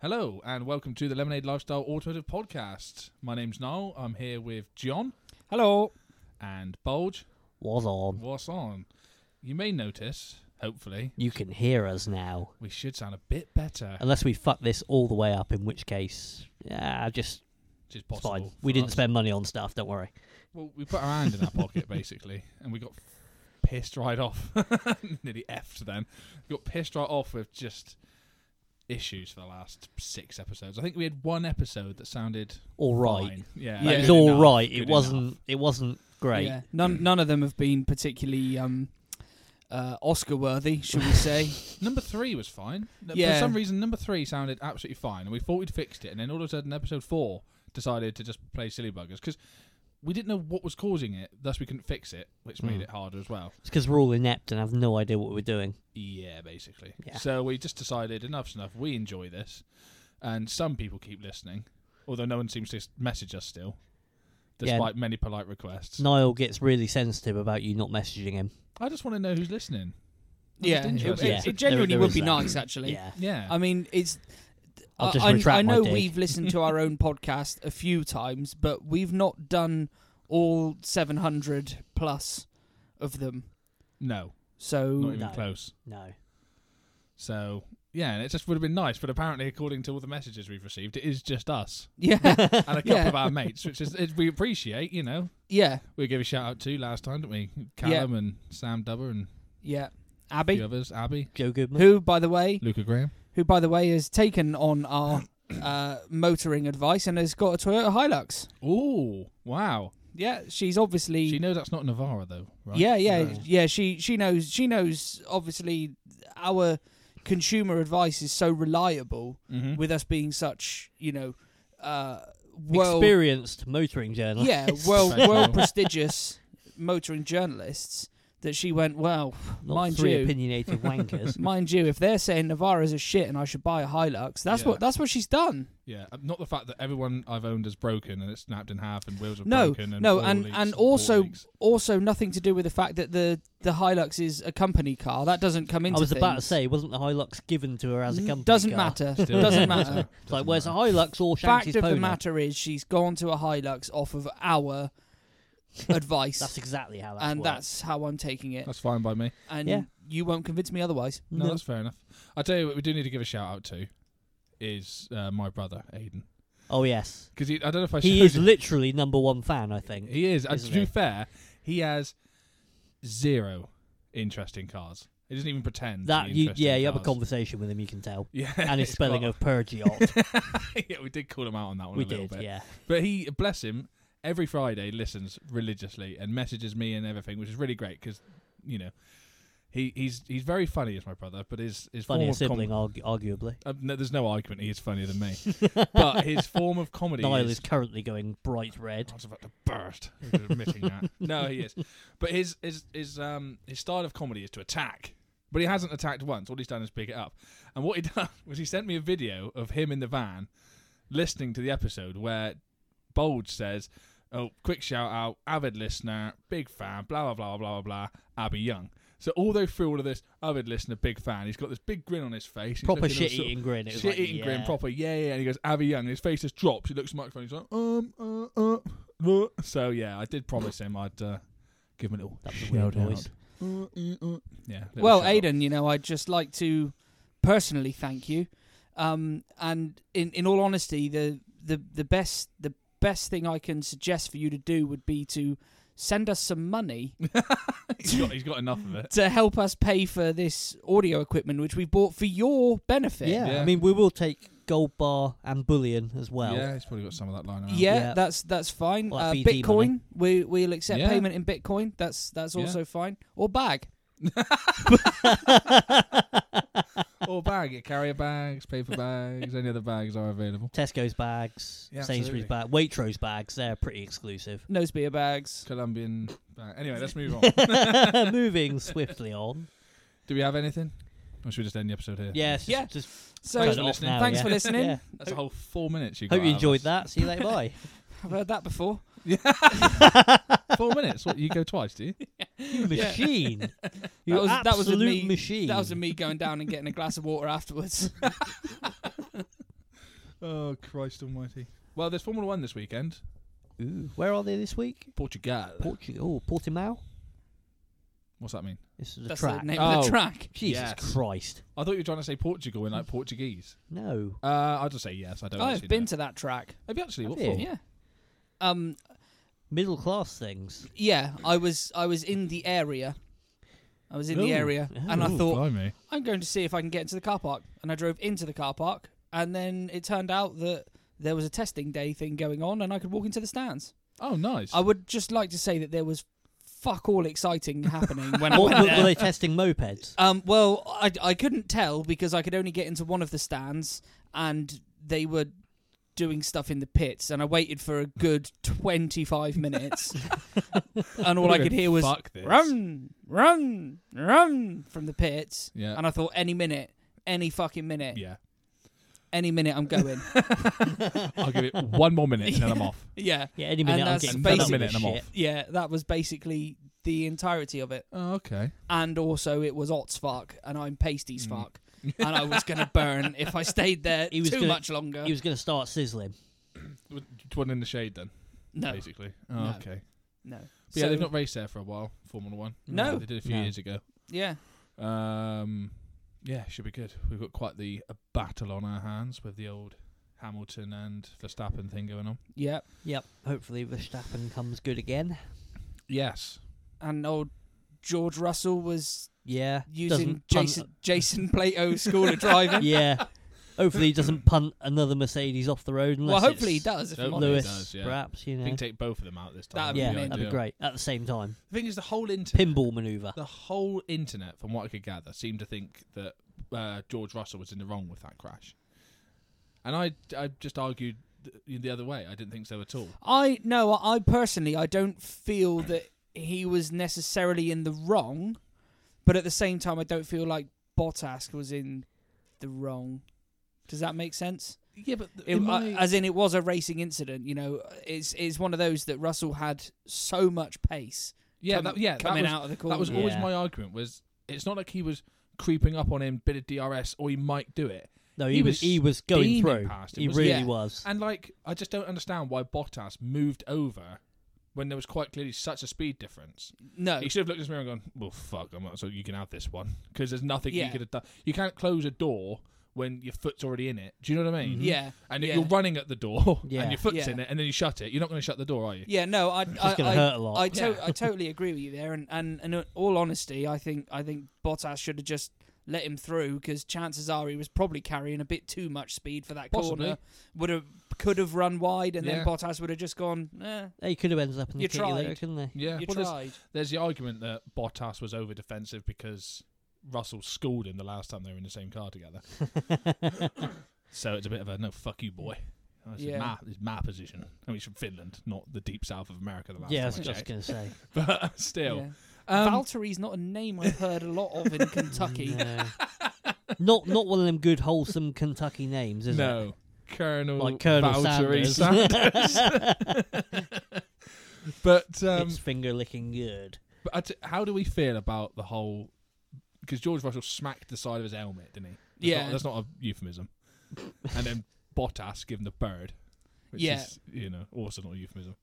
Hello and welcome to the Lemonade Lifestyle Automotive Podcast. My name's Niall. I'm here with John Hello. and Bulge. Was on. What's on? You may notice, hopefully, You can hear us now. we should sound a bit better. Unless we fuck this all the way up, in which case, yeah, just Which is it's possible. fine. for We didn't us. spend money on stuff. Don't worry. Well, we put our hand in our pocket basically, and we got pissed right off. Nearly effed then. We got pissed right off with just issues for the last six episodes. I think we had one episode that sounded All right. fine. Yeah, Like, like it was good all enough, right. It good wasn't. enough. It wasn't great. Yeah. None none of them have been particularly um, uh, Oscar worthy, should we say? Number three was fine. No, For Yeah. some reason, number three sounded absolutely fine, and we thought we'd fixed it. And then all of a sudden, episode four decided to just play silly buggers because we didn't know what was causing it. Thus, we couldn't fix it, which made Mm. it harder as well. It's because we're all inept and have no idea what we're doing. Yeah, basically. Yeah. So we just decided enough's enough. We enjoy this, and some people keep listening, although no one seems to s- message us still, Yeah. despite many polite requests. Niall gets really sensitive about you not messaging him. I just want to know who's listening. I'm yeah, just it, interested. it- Yeah, it there- genuinely there would is be that. nice, actually. Yeah. Yeah. I mean, it's. I'll just I, retract I my know dig. we've listened to our own podcast a few times, but we've not done all 700 plus of them. no, not So even No. close. No. So yeah, and it just would have been nice, but apparently, according to all the messages we've received, it is just us yeah, and a couple Yeah. of our mates, which is it, we appreciate. You know, yeah, we gave a shout out to last time, didn't we? Callum and Sam Dubber and yeah. the Abby, others, Abby, Joe Goodman. who by the way, Luca Graham. who by the way has taken on our uh, motoring advice and has got a Toyota Hilux. Oh wow! Yeah, she's obviously She knows that's not Navara though, right? Yeah, yeah, Yeah. yeah. She she knows she knows. Obviously, our consumer advice is so reliable Mhm. Mm. with us being such you know, uh, world Experienced motoring journalist. yeah, world world Professional. prestigious motoring journalists that she went well. Not mind three you. opinionated wankers. Mind you, if they're saying Navara's a shit and I should buy a Hilux, that's Yeah. what that's what she's done. Yeah, um, not the fact that everyone I've owned is broken and it's snapped in half and wheels are No, broken. And no, oil and- leaks and water also- leaks. Also, nothing to do with the fact that the the Hilux is a company car. That doesn't come I into. was about to things. say, wasn't the Hilux given to her as a Mm, company? Doesn't car? matter. Still Doesn't matter. It's like, where's a Hilux or fact Shanty's of pony? the matter is she's gone to a Hilux off of our advice, That's exactly how that and works. that's how I'm taking it. That's fine by me. And Yeah. you won't convince me otherwise. No, that's fair enough. I tell you what, we do need to give a shout out to is uh, my brother Aiden Oh yes, because I don't know if I he showed is you- literally number one fan. I think. he is. And to isn't be he? fair, he has zero interest in cars. He doesn't even pretend. to That be you, interested yeah, in you have a cars. conversation with him, you can tell, Yeah, and his it's spelling got- of Pergiot. yeah, we did call him out on that one we a little did, bit. yeah. But he, bless him, every Friday listens religiously and messages me and everything, which is really great because, you know, he, he's he's very funny as my brother, but his his Funnier form of sibling, com- argu- arguably. uh, no, there's no argument he is funnier than me, but his form of comedy Niall is is currently going bright red. I was about to burst after admitting that. No, he is. But his his his um his style of comedy is to attack. But he hasn't attacked once. All he's done is pick it up. And what he done was he sent me a video of him in the van listening to the episode where Bold says, Oh, quick shout out, avid listener, big fan, blah blah blah blah blah blah, Abby Young. So all the way through all of this, avid listener, big fan, he's got this big grin on his face. He's Proper looking all shit sort of- eating grin. It was Shit like, eating grin, yeah. proper, yeah, yeah. And he goes, Abby Young. and his face just drops. He looks at the microphone. He's like, um, uh, uh, uh. So, yeah, I did promise him I'd uh, give him a little That was a shout weird out. noise. Uh, uh, uh. Yeah. little well, shout out. Aidan, you know, I'd just like to personally thank you. Um, and in, in all honesty, the, the, the best the best thing I can suggest for you to do would be to send us some money He's got, he's got enough of it. to help us pay for this audio equipment which we bought for your benefit. Yeah. Yeah. I mean, we will take gold bar and bullion as well. yeah, he's probably got some of that lying around. Yeah, Yeah. that's that's fine. Well, that uh, BT Bitcoin, we we'll accept Yeah. payment in Bitcoin. That's that's Yeah. also fine. Or bag. or bag, carrier bags, paper bags, any other bags are available. Tesco's bags, Yeah, Sainsbury's bag, Waitrose bags. They're pretty exclusive. Nose beer bags. Colombian bag. Anyway, let's move on. Moving swiftly on. Do we have anything? Or should we just end the episode here? Yes. Yeah. Just, just So turn it for off listening. now, thanks yeah. for listening. Yeah. That's a whole four minutes you got Hope you out of enjoyed us. that. See you later. Bye. I've heard that before. Four minutes? What, you go twice, do you? machine. You That was- that was with absolute me- machine. That was me going down and getting a glass of water afterwards. Oh, Christ Almighty. Well, there's Formula One this weekend. Ooh, where are they this week? Portugal. Portugal. Oh, Portimao. What's that mean? This is a That's track. the name Oh. of the track. Jesus Yes. Christ. I thought you were trying to say Portugal in like Portuguese. No. Uh, I'll just say yes. I don't. Oh. I've actually been know. to that track. Have you actually? What Have for? you? Yeah. Um. Middle class things. Yeah. I was. I was in the area. I was in the Ooh. area, and I Ooh, thought blimey. I'm going to see if I can get into the car park. And I drove into the car park, and then it turned out that there was a testing day thing going on, and I could walk into the stands. Oh, nice. I would just like to say that there was fuck all exciting happening when I What, went were, were there. they testing mopeds? Um, well, I, I couldn't tell because I could only get into one of the stands, and they were doing stuff in the pits, and I waited for a good twenty five minutes, and all I could hear was Fuck this. run, run, run from the pits, Yeah. and I thought any minute, any fucking minute, yeah. any minute I'm going. I'll give it one more minute and then I'm off. yeah, Yeah, any minute I'm that's getting fed up with basically- this Another minute shit. yeah, that was basically the entirety of it, Oh, okay. and also it was Ott's fuck, and I'm Pasty's Mm. fuck. and I was going to burn if I stayed there He was too gonna- much longer. He was going to start sizzling. One in the shade then, No, basically. Oh, No. Okay. no. But yeah, So- they've not raced there for a while. Formula One. No. they did a few No. years ago. Yeah, Um, yeah, should be good. We've got quite the a battle on our hands with the old Hamilton and Verstappen thing going on. yeah. Yep. Hopefully Verstappen comes good again. Yes. And old George Russell was Yeah. using doesn't punt- Jason Jason Plato school of driving. yeah. Hopefully he doesn't punt another Mercedes off the road. Unless Well, hopefully he it's does. If I'm Hopefully he Lewis, honest. does, yeah. perhaps you I know. think take both of them out this That'd time. be yeah, amazing. that'd be ideal. great. At the same time, The thing is, the whole internet, pinball maneuver. the whole internet, from what I could gather, seemed to think that uh, George Russell was in the wrong with that crash. And I, I just argued th- the other way. I didn't think so at all. I no, I I personally I don't feel that he was necessarily in the wrong, but at the same time I don't feel like Bottas was in the wrong. Does that make sense? Yeah, but It, I- as in, it was a racing incident. You know, it's it's one of those that Russell had so much pace. yeah, com- that, yeah, that coming was, out of the corner. that was always Yeah. my argument. Was it's not like he was creeping up on him, bit of DRS, or he might do it. No, he, He was was he was going steaming through. past him, He wasn't really he? Yeah. was. And like, I just don't understand why Bottas moved over when there was quite clearly such a speed difference. no, He should have looked at his mirror and gone, "Well, fuck, I'm not, so you can have this one because there's nothing Yeah. you could have done. You can't close a door when your foot's already in it. Do you know what I mean? yeah, And Mm-hmm. yeah. you're running at the door Yeah. and your foot's Yeah. in it, and then you shut it. You're not going to shut the door, are you? yeah, no, I, I, It's going I- to hurt a lot. I, to- Yeah. I totally agree with you there, and, and, and in all honesty, I think I think Bottas should have just let him through because chances are he was probably carrying a bit too much speed for that Possibly. corner. Would have could have run wide, and Yeah. then Bottas would have just gone. Eh, they could have ended up in the You kitty there, tried. couldn't they? Yeah. you well, there's, tried. there's the argument that Bottas was over defensive because Russell schooled him the last time they were in the same car together. so it's a bit of a no, fuck you, boy. This, Yeah. is, my, this is my position. I mean, it's from Finland, not the deep south of America. The last Yeah, I time was I just checked. going to say. But still, Yeah. Um, Valtteri's not a name I've heard a lot of in Kentucky. No. not not one of them good wholesome Kentucky names, is it? No, Colonel Like Colonel Valtteri Sanders. Sanders. but um, it's finger licking good. but I t- how do we feel about the whole? Because George Russell smacked the side of his helmet, didn't he? That's Yeah. not, that's not a euphemism. and then Bottas gave him the bird, which Yeah. is you know also not a euphemism.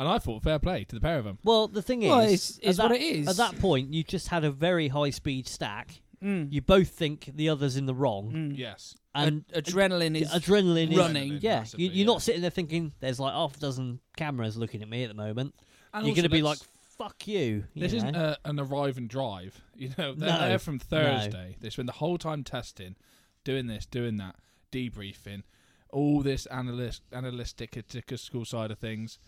And I thought fair play to the pair of them. Well, the thing Well, is, it's- at it's what that- it is. At that point, you just had a very high speed stack. Mm. You both think the other's in the wrong, Mm. Yes, and Ad- adrenaline is adrenaline is running. Yeah, massively, you, you're yeah. not sitting there thinking there's like half a dozen cameras looking at me at the moment. And you're also going to be like, let's- "Fuck you." you This isn't uh, know? a, an arrive and drive. You know, they're No. there from Thursday. They spend the whole time testing, doing this, doing that, debriefing, all this analyst, analytical side of things.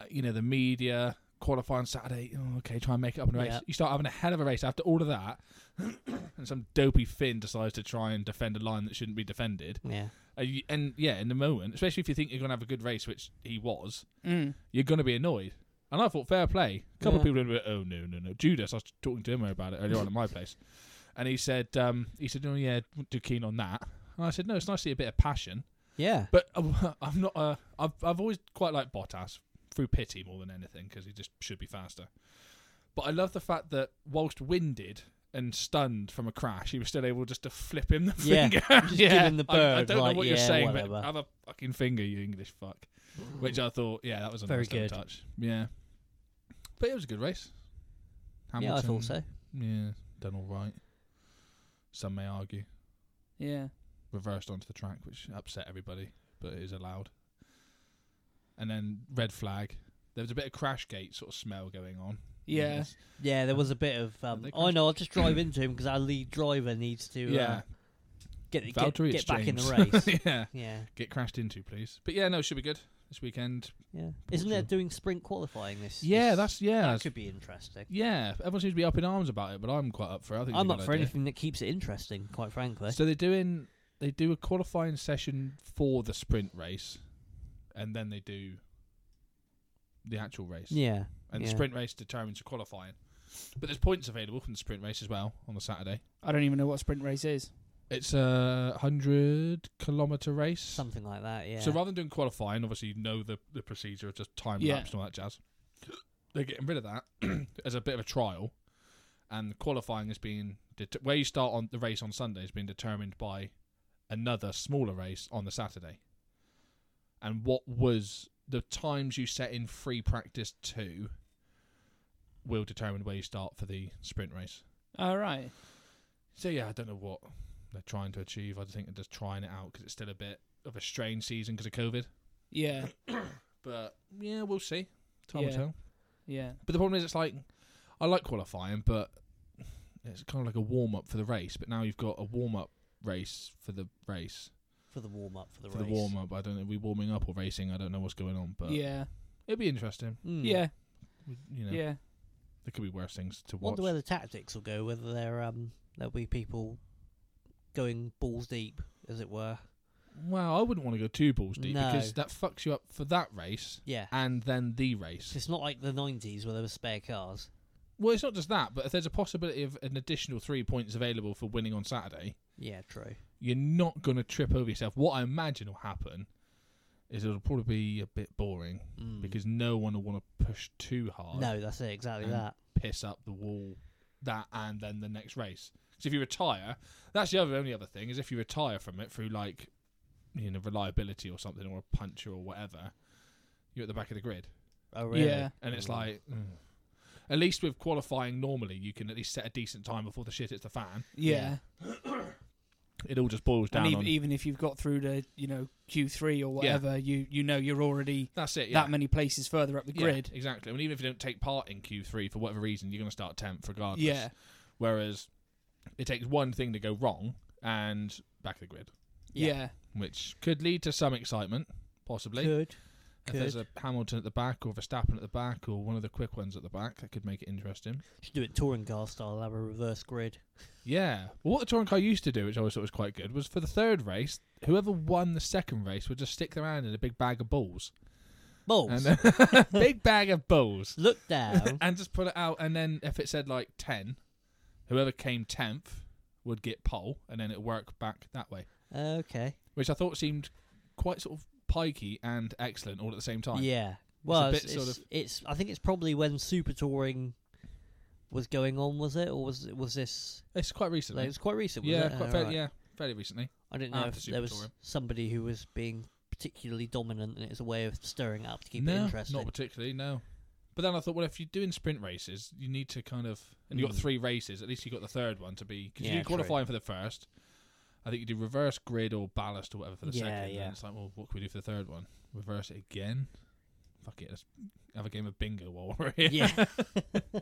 Uh, you know, the media qualifying Saturday. Oh, okay, try and make it up in a race. Yeah. You start having a hell of a race after all of that, and some dopey Finn decides to try and defend a line that shouldn't be defended. yeah. And, you, and yeah, in the moment, especially if you think you're going to have a good race, which he was, Mm. you're going to be annoyed. And I thought, fair play. A couple of Yeah. people were, oh, no, no, no. Judas, I was talking to him about it earlier on at my place. And he said, um, he said, oh, yeah, not too keen on that. And I said, no, it's nice to see a bit of passion. Yeah. But uh, I'm not, uh, I've, I've always quite liked Bottas through pity more than anything because he just should be faster. But I love the fact that whilst winded and stunned from a crash, he was still able just to flip him the Yeah, finger. just giving the I- I, bird, don't like, know what you're yeah, saying, whatever. but have a fucking finger, you English fuck. Which I thought, yeah, that was a Very nice little good. touch. Yeah, but it was a good race. yeah, I thought so. Yeah, done all right. Some may argue Yeah. reversed onto the track, which upset everybody, but it is allowed. And then red flag. There was a bit of crash gate sort of smell going on. Yeah. Yes. Yeah, there was a bit of. Um, they I crashed? know. I'll just drive into him because our lead driver needs to uh, yeah. get get, Valtteri get back in the exchange. race. yeah. yeah, Get crashed into, please. But yeah, no, should be good this weekend. yeah. Isn't Portugal. it doing sprint qualifying this? Yeah, this- that's yeah, that that's- could be interesting. yeah. Everyone seems to be up in arms about it, but I'm quite up for it. I think it's I'm a up good for idea. anything that keeps it interesting, quite frankly. So they're doing they do a qualifying session for the sprint race, and then they do the actual race. yeah, and the yeah. sprint race determines your qualifying. But there's points available from the sprint race as well on the Saturday. I don't even know what sprint race is. It's a hundred kilometer race. something like that. Yeah. So rather than doing qualifying, obviously you know the the procedure of just time Yeah. lapse and all that jazz. They're getting rid of that as a bit of a trial, and qualifying is being det- where you start on the race on Sunday is being determined by another smaller race on the Saturday. And what was the times you set in free practice to will determine where you start for the sprint race. All Oh, right. So yeah, I don't know what they're trying to achieve. I think they're just trying it out because it's still a bit of a strange season because of COVID. Yeah. But yeah, we'll see. Time will Yeah. tell. Yeah. But the problem is, it's like I like qualifying, but it's kind of like a warm up for the race. But now you've got a warm up race for the race for the warm up for the for race. the warm up. I don't know. Are we warming up or racing? I don't know what's going on, but yeah. it'd be interesting. Mm. Yeah. We- You know, Yeah. there could be worse things to watch. Wonder where the tactics will go. Whether there um there'll be people going balls deep, as it were. well, I wouldn't want to go two balls deep No. because that fucks you up for that race Yeah. and then the race. So it's not like the '90s where there were spare cars. Well, it's not just that, but if there's a possibility of an additional three points available for winning on Saturday, Yeah, true. you're not going to trip over yourself. What I imagine will happen is it'll probably be a bit boring Mm. because no one will want to push too hard, no, that's it. Exactly And- that. piss up the wall, that, and then the next race. Because if you retire, that's the other only other thing is if you retire from it through like you know reliability or something or a puncture or whatever, you're at the back of the grid. Oh really? Yeah. And it's Oh. like, mm. at least with qualifying normally, you can at least set a decent time before the shit hits the fan. Yeah. It all just boils down. And even, e- on, even if you've got through to you know Q three or whatever, you you know you're already that's it. Yeah. that many places further up the Yeah, grid. exactly. I mean, even if you don't take part in Q3 for whatever reason, you're going to start tenth regardless. Yeah. Whereas it takes one thing to go wrong and back of the grid, Yeah. Yeah. which could lead to some excitement, possibly. Good. if there's a could. Hamilton at the back or Verstappen at the back or one of the quick ones at the back, that could make it interesting. Should do it touring car style. Have a reverse grid. Yeah. Well, what the touring car used to do, which I always thought was quite good, was for the third race, whoever won the second race would just stick their hand in a big bag of balls. Balls. And, big bag of balls. Look down. and just pull it out. And then if it said like 10, whoever came 10th would get pole and then it worked back that way, okay. which I thought seemed quite sort of pikey and excellent all at the same time. Yeah. Well, bit it's, sort it's- it's- I think it's probably when super touring was going on, was it, or was it, was this? It's quite recently. Like, it was quite recent. Was yeah, it? quite Oh, fair, right. yeah, fairly recently. I didn't know after if Super there was Touring. somebody who was being particularly dominant, and it was a way of stirring it up to keep no, it interesting. Not particularly, no. But then I thought, well, if you're doing sprint races, you need to kind of, and you got Mm. three races. At least you got the third one to be because Yeah, you do true. qualifying for the first. I think you do reverse grid or ballast or whatever for the Yeah, second. yeah. And it's like, well, what can we do for the third one? Reverse it again. Fuck it. Let's have a game of bingo while we're here. yeah.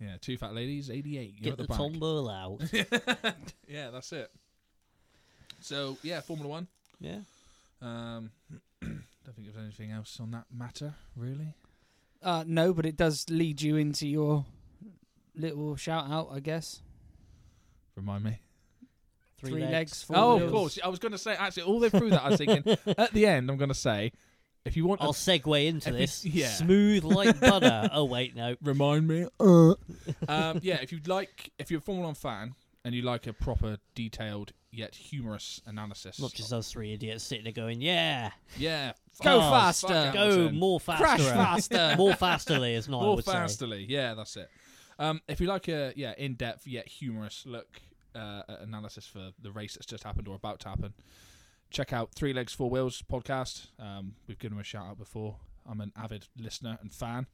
Yeah, two fat ladies, eighty-eight. You're Get at the, the, back. tombola out. yeah, that's it. So yeah, Formula One. yeah. Um, don't think there's anything else on that matter really. Uh, no, but it does lead you into your little shout out, I guess. Remind me. Three, legs. four Oh, of wheels. course. I was going to say actually all the way through that. I was thinking at the end, I'm going to say, if you want, I'll to segue into Every- this. yeah. Smooth like butter. oh wait, no. remind me. uh, um, yeah, if you'd like, if you're a Formula One fan and you like a proper, detailed yet humorous analysis, Not just us three idiots sitting there going, "Yeah, yeah, Oh, Go fuck faster. Hamilton. go more faster, Crash faster. more fasterly." Is not I um, more would say. fasterly. Yeah, that's it. Um, if you like a yeah in depth yet humorous look uh, at analysis for the race that's just happened or about to happen, check out Three Legs Four Wheels podcast. Um, we've given them a shout out before. I'm an avid listener and fan,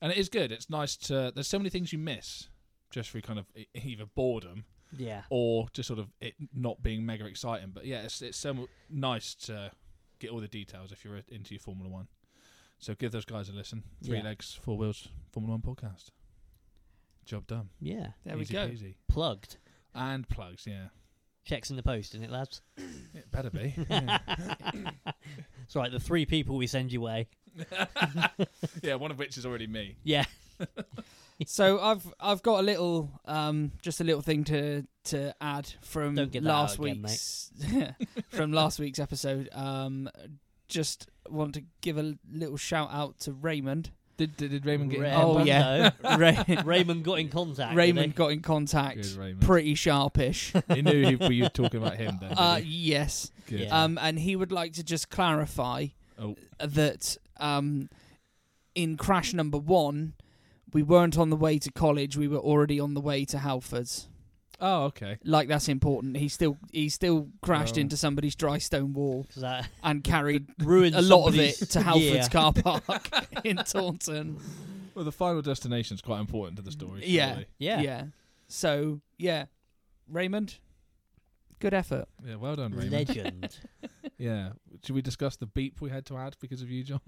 and it is good. It's nice to. There's so many things you miss just through kind of e- either boredom Yeah. or just sort of it not being mega exciting. But yeah, it's it's so mu- nice to get all the details if you're into your Formula One. So give those guys a listen. Three Yeah. legs, four wheels, Formula One podcast. Job done. Yeah. There we Easy go. peasy. Plugged. And plugs, yeah. Checks in the post, isn't it, lads? It better be. Yeah. It's all right. The three people we send you away. yeah, one of which is already me. Yeah. so I've I've got a little um just a little thing to to add from Don't get that last out again, week's from last week's episode. Um just want to give a little shout out to Raymond. Did did, did Raymond get in? Oh, contact? yeah. Ray- though. Raymond got in contact. did Raymond he? got in Good contact Raymond. pretty sharpish. he knew he, we were talking about him then. did uh he? yes. Good. Yeah. Um and he would like to just clarify oh, that um, in crash number one, we weren't on the way to college. We were already on the way to Halfords. oh, okay. Like that's important. He still he still crashed Oh. into somebody's dry stone wall 'Cause that and carried ruined a lot of it somebody's- to Halfords Yeah. car park in Taunton. Well, the final destination is quite important to the story. Yeah. surely. Yeah. So yeah, Raymond, good effort. Yeah. Well done, Raymond. Legend. Yeah. Should we discuss the beep we had to add because of you, John?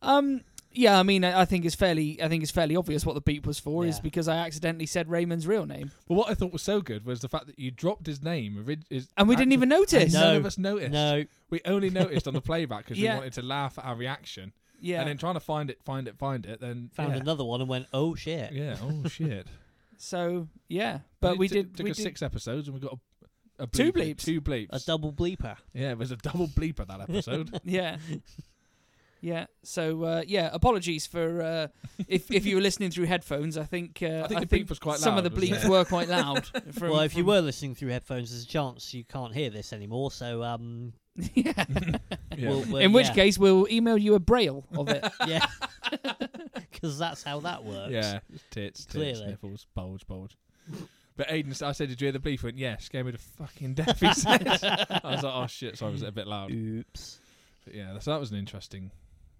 Um. Yeah, I mean, I I think it's fairly, I think it's fairly obvious what the beep was for, is Yeah. because I accidentally said Raymond's real name, Well, what I thought was so good was the fact that you dropped his name. orig- His and we didn't actual- even notice. and none No. of us noticed. no. We only noticed on the playback because Yeah. we wanted to laugh at our reaction. Yeah, And then trying to find it, find it, find it, then Found yeah. another one and went, oh shit. Yeah. Oh shit. So yeah, but It we t- did. Took we us did- six episodes and we got a, a Two bleep- bleeps. Two bleeps. A double bleeper. yeah, it was a double bleeper that episode. Yeah, yeah. So uh, yeah, apologies for uh, if if you were listening through headphones. I think uh, I think the bleep was quite Some of the loud, wasn't bleeps it? were quite loud. From, well, if you from- were listening through headphones, there's a chance you can't hear this anymore. So, um, yeah. yeah. we'll, we'll- In which yeah. case, we'll email you a braille of it. yeah, because that's how that works. yeah. Tits, tits, Clearly. sniffles, bulge, bulge. But Aiden, I said, "Did you hear the bleep?" He went, "Yeah, scared me to fucking death." He said. I was like, "Oh shit!" So I was a bit loud. Oops. But yeah, so that was an interesting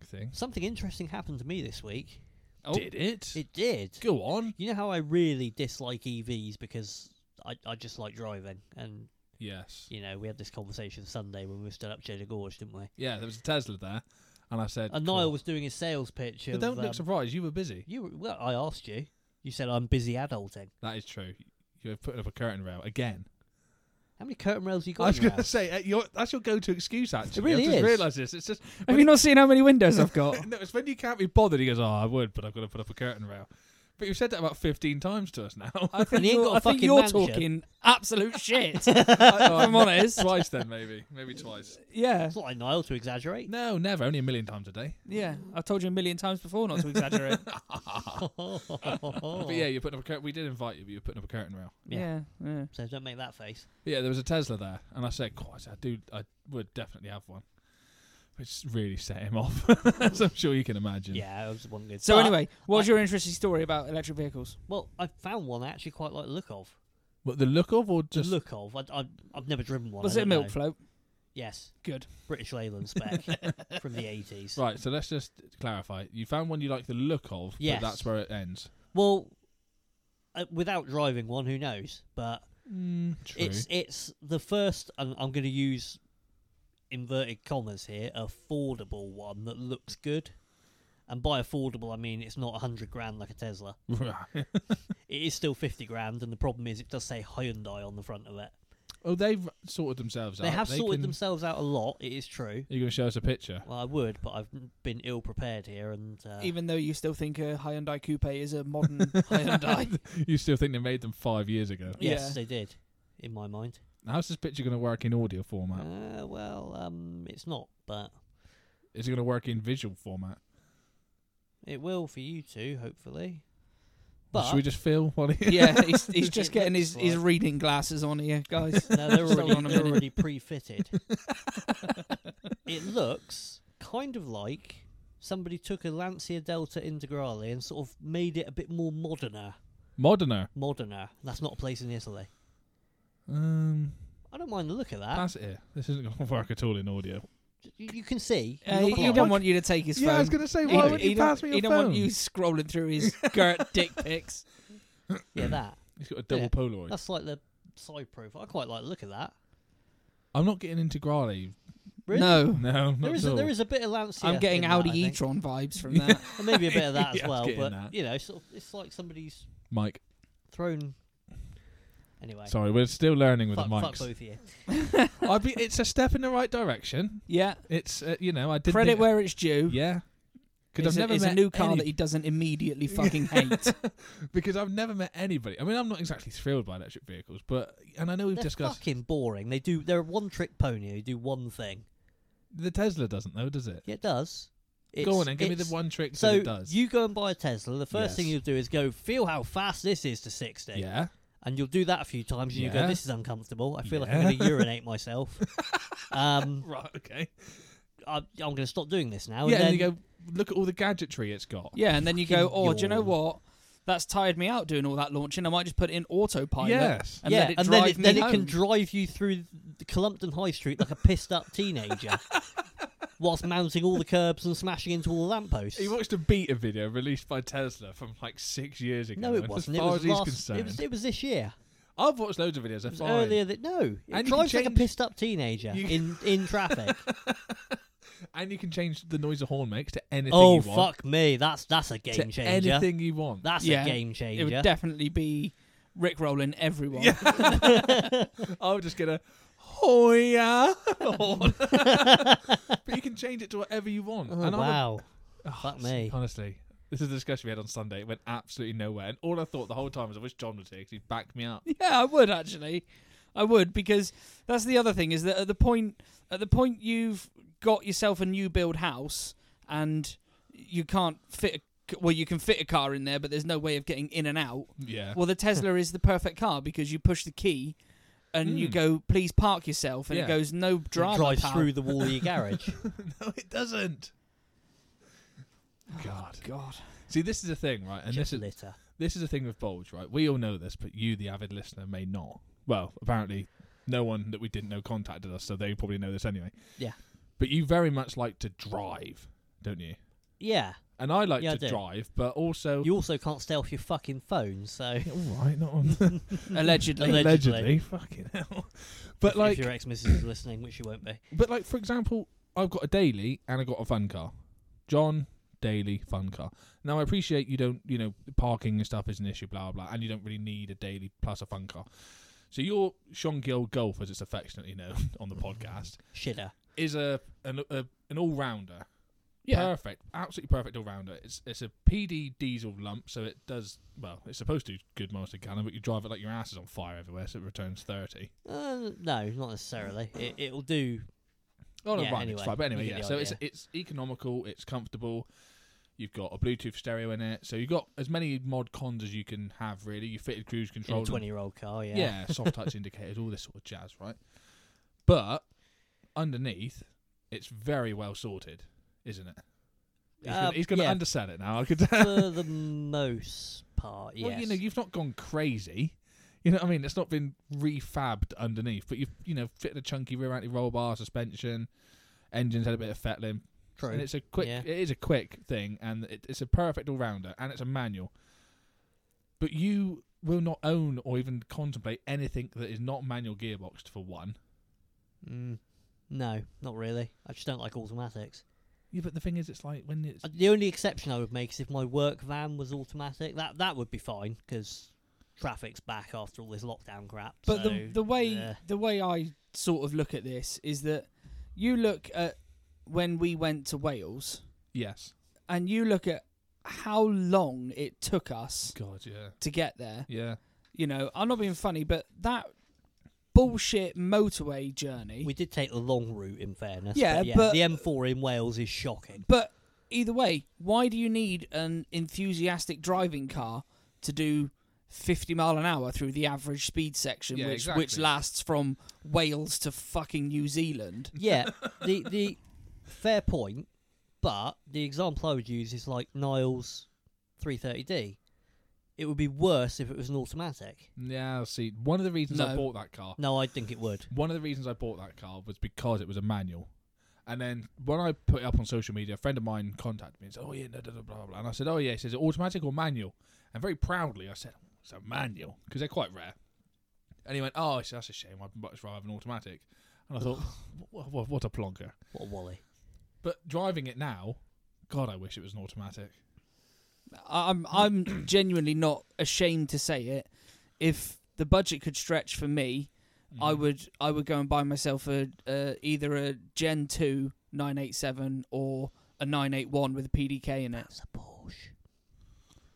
thing. Something interesting happened to me this week. Oh. Did it? It did. Go on. You know how I really dislike EVs because I, I just like driving, and Yes. you know we had this conversation Sunday when we were still up Cheddar Gorge, didn't we? Yeah, there was a Tesla there, and I said, And cool. Niall was doing his sales pitch. But Of, don't um, look surprised. You were busy. You were- well, I asked you. You said I'm busy adulting. That is true. You were putting up a curtain rail again. How many curtain rails you got? I was in your going to house? say uh, your, that's your go-to excuse. Actually, really I just is. realised this. It's just Have you not seen how many windows I've got? no, it's when you can't be bothered. He goes, "Oh, I would, but I've got to put up a curtain rail." But you've said that about fifteen times to us now. I think And he ain't you're, got a I think fucking you're mansion. talking absolute shit. I'm honest. Twice then, maybe, maybe twice. yeah, It's not like Niall to exaggerate. No, never. Only a million times a day. yeah. I've told you a million times before not to exaggerate. Oh. But yeah, you're putting up a curtain. We did invite you, but you're putting up a curtain rail. yeah, Yeah. yeah. So don't make that face. But yeah, there was a Tesla there, and I said, "Cool," I said, I do, I would definitely have one," which really set him off, as I'm sure you can imagine. Yeah, I was one good. So But- anyway, what's I- your interesting story about electric vehicles? well, I found one I actually quite like the look of. But the look of, or The just look of. I, I, I've never driven one. Was I it a don't milk know. float? Yes, Good. British Leyland spec from the eighties. right. So let's just clarify. You found one you like the look of, Yes. but that's where it ends. Well, uh, without driving one, who knows? But true. Mm, it's it's the first, and I'm going to use inverted commas here, affordable one that looks good. And by affordable, I mean it's not hundred grand like a Tesla. It is still fifty grand, and the problem is it does say Hyundai on the front of it. oh, they've sorted themselves out. They have sorted can- themselves out a lot. It is true. You're going to show us a picture. Well, I would, but I've been ill prepared here, and uh, Even though you still think a Hyundai Coupe is a modern Hyundai. You still think they made them five years ago? yes, Yeah. they did. In my mind, How's this picture going to work in audio format? uh, well, um, it's not, but Is it going to work in visual format? it will for you two, hopefully. Or But Should we just film? while he- yeah, he's, he's just It getting his, looks his like- reading glasses on here, guys. no, they're Just hold already, on a they're minute. already pre-fitted. it looks kind of like somebody took a Lancia Delta Integrale and sort of made it a bit more moderner. Modena. Modena. That's not a place in Italy. Um, I don't mind the look of that. that's it. This isn't going to work at all in audio. You, you can see. Uh, You've got he a don't lot. want you to take his phone. to say, He- he don't- He don't want you scrolling through his Gert dick pics. Yeah, that. He's got a double Yeah. Polaroid. That's like the side profile. I quite like the look of that. I'm not getting Integrale. Really? No, No, not There is at a, all. there is a bit of Lancia. I'm getting in that, Audi I think. e-tron vibes from that. And maybe a bit of that Yeah, I was as well. getting But that. you know, sort of, it's like somebody's Mike. thrown. Anyway, Sorry, we're still learning with fuck, the fuck both mics. of you. I'd be, it's a step in the right direction. yeah, It's uh, you know I did credit think- where it's due. yeah. Because It's, I've a, never it's a met new car any- that he doesn't immediately fucking hate. because I've never met anybody. I mean, I'm not exactly thrilled by electric vehicles, but and I know we've They're discussed fucking boring. They do. They're a one-trick pony. They do one thing. the Tesla doesn't though, does it? Yeah, it does. It's, go on and give me the it's- one trick So that it does. you go and buy a Tesla. The first thing Yes. you'll do is go feel how fast this is to sixty, yeah, and you'll do that a few times, and you go, Yeah. "This is uncomfortable. I feel like Yeah. I'm going to urinate myself. um, right, okay. I, I'm going to stop doing this now." yeah, and and then, you go look at all the gadgetry it's got. yeah, and then you go, Fucking oh, do you know yawn. what? That's tired me out doing all that launching. I might just put it in autopilot. Yes. and yeah, let it and then drive it, then me it can home. drive you through the Clumpton High Street like a pissed up teenager, whilst mounting all the curbs and smashing into all the lampposts. He watched a beta video released by Tesla from like six years ago. no, it and wasn't. As It far was, as he's last, concerned, it was. It was this year. I've watched loads of videos. They're It was fine. earlier that no, it can drives like a change- pissed up teenager You- in in traffic. and you can change the noise the horn makes to anything. oh you want, fuck me, that's that's a To game changer. anything you want. That's Yeah, a game It changer. would definitely be rickrolling everyone. I would just get a hoya horn, but you can change it to whatever you want. oh, and I'm a- wow, Oh, Fuck s- me. Honestly, this is the discussion we had on Sunday. It went absolutely nowhere. And all I thought the whole time was, I wish John was here because he backed me up. Yeah, I would actually. I would because that's the other thing is that at the point at the point you've got yourself a new build house and you can't fit a, c- well you can fit a car in there but there's no way of getting in and out. Yeah. Well, the Tesla is the perfect car because you push the key and you Mm. go please park yourself and Yeah. it goes no drama drives pal." through the wall of your garage. no, it doesn't. God. God. See, this is the thing, right? And Just this is litter. this is the thing with Bulge, right? We all know this, but you, the avid listener, may not. Well, apparently, no one that we didn't know contacted us, so they probably know this anyway. Yeah. But you very much like to drive, don't you? Yeah, And I like Yeah, I to do. drive, but also you also can't stay off your fucking phone, so. Yeah, all right, not on Allegedly. Alleg- allegedly, fucking hell. But if like, your ex missus is listening, which she won't be. But like for example, I've got a daily and I got a fun car. John daily fun car. Now I appreciate you don't you know parking and stuff is an issue, blah blah, blah, and you don't really need a daily plus a fun car. So your Sean Gill Golf, as it's affectionately known on the podcast, Shitter. is a an, a, an all rounder. yeah. Perfect, absolutely perfect all rounder. It's it's a PD diesel lump, so it does well. It's supposed to do good miles to gallon, but you drive it like your ass is on fire everywhere, so it returns thirty. Uh, no, not necessarily. It, it'll do. Oh no, Yeah, right, it's anyway, fine. But you anyway, get yeah. the So it's idea. it's economical, it's comfortable. You've got a Bluetooth stereo in it, so you've got as many mod cons as you can have. Really, you fitted cruise In control, a and- twenty-year-old car, yeah. yeah, soft touch indicators, all this sort of jazz, right? But underneath, it's very well sorted, isn't it? He's Uh, gonna, he's gonna yeah. undersell it now. I could tell. For the most part, yes. Well, you know, you've not gone crazy. You know what I mean? It's not been refabbed underneath, but you've you know fitted a chunky rear anti roll bar, suspension, engines had a bit of fettling, True. And it's a quick. Yeah. It is a quick thing, and it, it's a perfect all rounder, and it's a manual. But you will not own or even contemplate anything that is not manual gearboxed for one. Mm, no, not really. I just don't like automatics. Yeah, but the thing is, it's like when it's Uh, The only exception I would make is if my work van was automatic. That that would be fine because traffic's back after all this lockdown crap. But the so, the way yeah. the way I sort of look at this is that you look at when we went to Wales yes, and you look at how long it took us God, yeah, to get there, yeah, you know, I'm not being funny, but that bullshit motorway journey. we did take the long route, in fairness. Yeah, but, yeah but- the M4 in Wales is shocking. but either way, why do you need an enthusiastic driving car to do 50 mile an hour through the average speed section, Yeah, which exactly. which lasts from Wales to fucking New Zealand? yeah, the the fair point, but the example I would use is like Niles 330D. It would be worse if it was an automatic. Yeah, see, one of the reasons I No. bought that car, No, I think it would. one of the reasons I bought that car was because it was a manual. And then when I put it up on social media, a friend of mine contacted me and said, "Oh yeah, da, da, da, blah blah,", blah. and I said, "Oh yeah," he says, "Is it "automatic or manual?" And very proudly, I said, "Oh, "It's a manual because they're quite rare." And he went, "Oh, he said, that's a shame. I'd much rather have an automatic." And I thought, what, what, "What a plonker!" What a Wally. But driving it now, God, I wish it was an automatic. I'm I'm genuinely not ashamed to say it. If the budget could stretch for me, Mm. I Mm-hmm. would I would go and buy myself a uh, either a Gen 2 987 or a 981 with a PDK in it. That's a Porsche.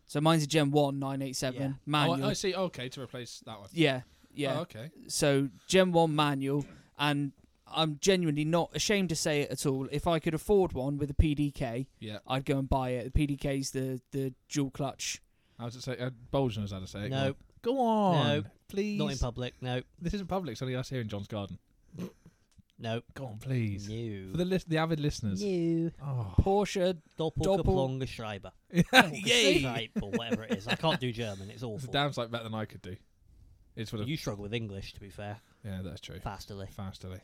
So mine's a Gen 1 987 Yeah. Oh, manual. I, I see. Okay, to replace that one. Yeah, yeah. Oh, okay. So Gen 1 manual and I'm genuinely not ashamed to say it at all. If I could afford one with a PDK, Yeah. I'd go and buy it. The PDK's the the dual clutch. I was to say, uh, Bolger knows how to say it. No, Go on. No. Please. not in public. No, This isn't public, it's only us here in John's garden. no. Go on, please. New. For the lis- the avid listeners. New. Oh. Porsche Doppelkoplonger Schreiber. Oh, Yay! Schreiber, whatever it is. I can't do German. It's It's a awful. damn sight better than I could do. It's for the. You struggle with English, to be fair. yeah, that's true. Fastly. Fasterly.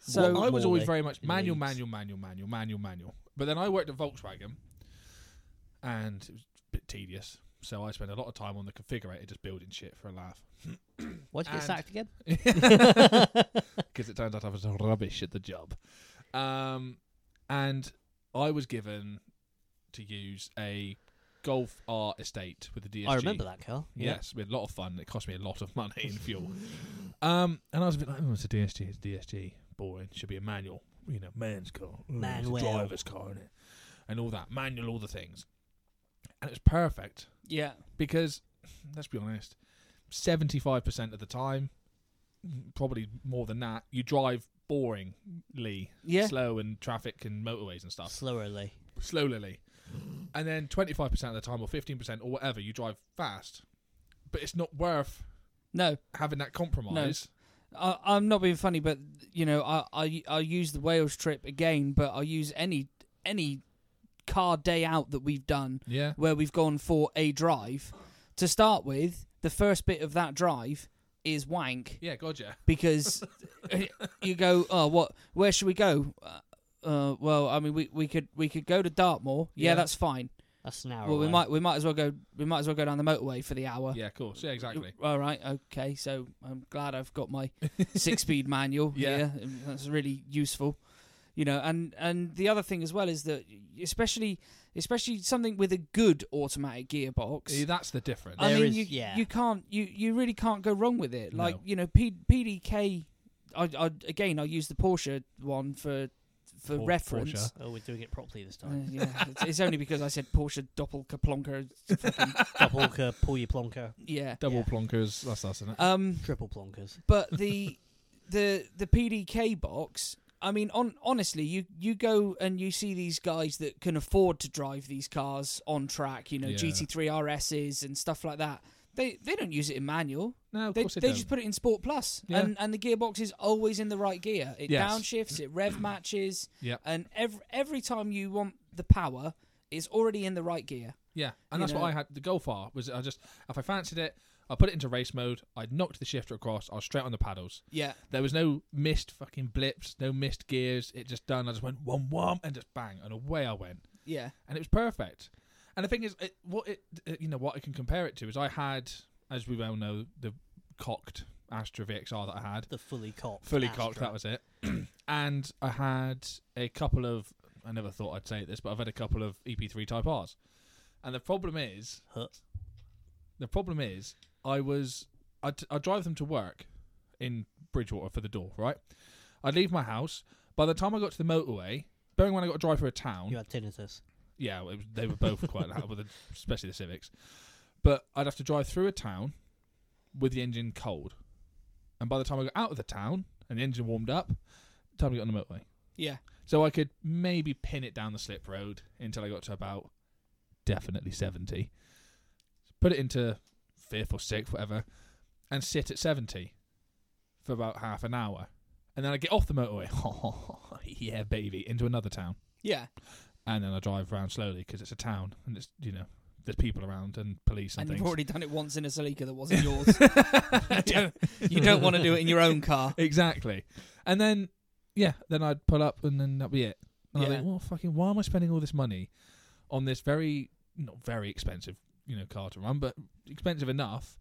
So Well, I was always Morley very much manual, leads. manual, manual, manual, manual, manual. But then I worked at Volkswagen, and it was a bit tedious. So I spent a lot of time on the configurator, just building shit for a laugh. Why'd And- you get sacked again? because it turned out I was rubbish at the job. Um, and I was given to use a Golf R Estate with the DSG. I remember that car. Yes, we had a lot of fun. It cost me a lot of money in fuel. um, and I was a bit like, oh, it's a DSG, it's a DSG, boring. Should be a manual, you know, man's car, Oh, it's Manual. a driver's car, is it? And all that manual, all the things. And it was perfect yeah. because let's be honest, seventy-five percent of the time, probably more than that, you drive boringly, Yeah. slow in traffic and motorways and Yeah. stuff, Slowly. slowly. And then twenty-five percent of the time, or fifteen percent, or whatever, you drive fast. But it's not worth No, having that compromise. I, I'm not being funny, but you know, I, I I use the Wales trip again, but I use any any car day out that we've done Yeah, where we've gone for a drive. To start with, the first bit of that drive is wank yeah, gotcha. because you go, oh, what? Where should we go? Uh, Uh, well, I mean, we, we could we could go to Dartmoor. Yeah, Yeah. that's fine. That's narrow. Well, we way. might we might as well go we might as well go down the motorway for the hour. Yeah, of course. Yeah, exactly. All right. Okay. So I'm glad I've got my six-speed manual. Yeah. Yeah, that's really useful. You know, and and the other thing as well is that especially especially something with a good automatic gearbox. Yeah, that's the difference. I There mean, is- you yeah. you can't you you really can't go wrong with it. Like No. you know, P, PDK. I, I again I use the Porsche one for for Por- reference. Porsche. Oh, we're doing it properly this Uh, time. yeah, it's, it's only because I said Porsche Doppelkaplonker. Doppelker, pull your plonker, Yeah. Double Yeah. plonkers. That's us, isn't it? Um. triple plonkers. but the the the PDK box. I mean, on honestly, you you go and you see these guys that can afford to drive these cars on track. You know, Yeah. GT3 RSs and stuff like that. They they don't use it in manual. no, of They course they it just put it in Sport Plus, Yeah. and and the gearbox is always in the right gear. It Yes. downshifts, it rev matches, Yep. and every every time you want the power, it's already in the right gear. Yeah, and you that's know? what I had. The Golf R was I just if I fancied it, I put it into race mode. I knocked the shifter across. I was straight on the paddles. Yeah, There was no missed fucking blips, no missed gears. It just done. I just went one one and just bang and away I went, yeah, and it was perfect. And the thing is, it, what it it- you know what I can compare it to is I had, as we well know, the cocked Astra VXR that I had, The fully cocked. fully Astra. cocked. That was it. and I had a couple of. I never thought I'd say this, but I've had a couple of EP3 Type R's. And the problem is, Huh. the problem is, I was I I drive them to work in Bridgewater for the door, right? I'd leave my house. By the time I got to the motorway, bearing when I got to drive through a town, You had tinnitus. yeah, well, it was, they were both quite loud, with the, especially the Civics. But I'd have to drive through a town with the engine cold, and by the time I got out of the town and the engine warmed up, time to get on the motorway. yeah. So I could maybe pin it down the slip road until I got to about definitely seventy. Put it into fifth or sixth, whatever, and sit at seventy for about half an hour, and then I get off the motorway. yeah, baby, into another town Yeah, and then I drive around slowly because it's a town and it's you know there's people around and police and, and you've things. already done it once in a Celica that wasn't yours. you don't, you don't want to do it in your own car. exactly. And then, yeah, then I'd pull up and then that'd be it. And I'd Yeah. think, well, fucking, why am I spending all this money on this very, not very expensive, you know, car to run, but expensive enough?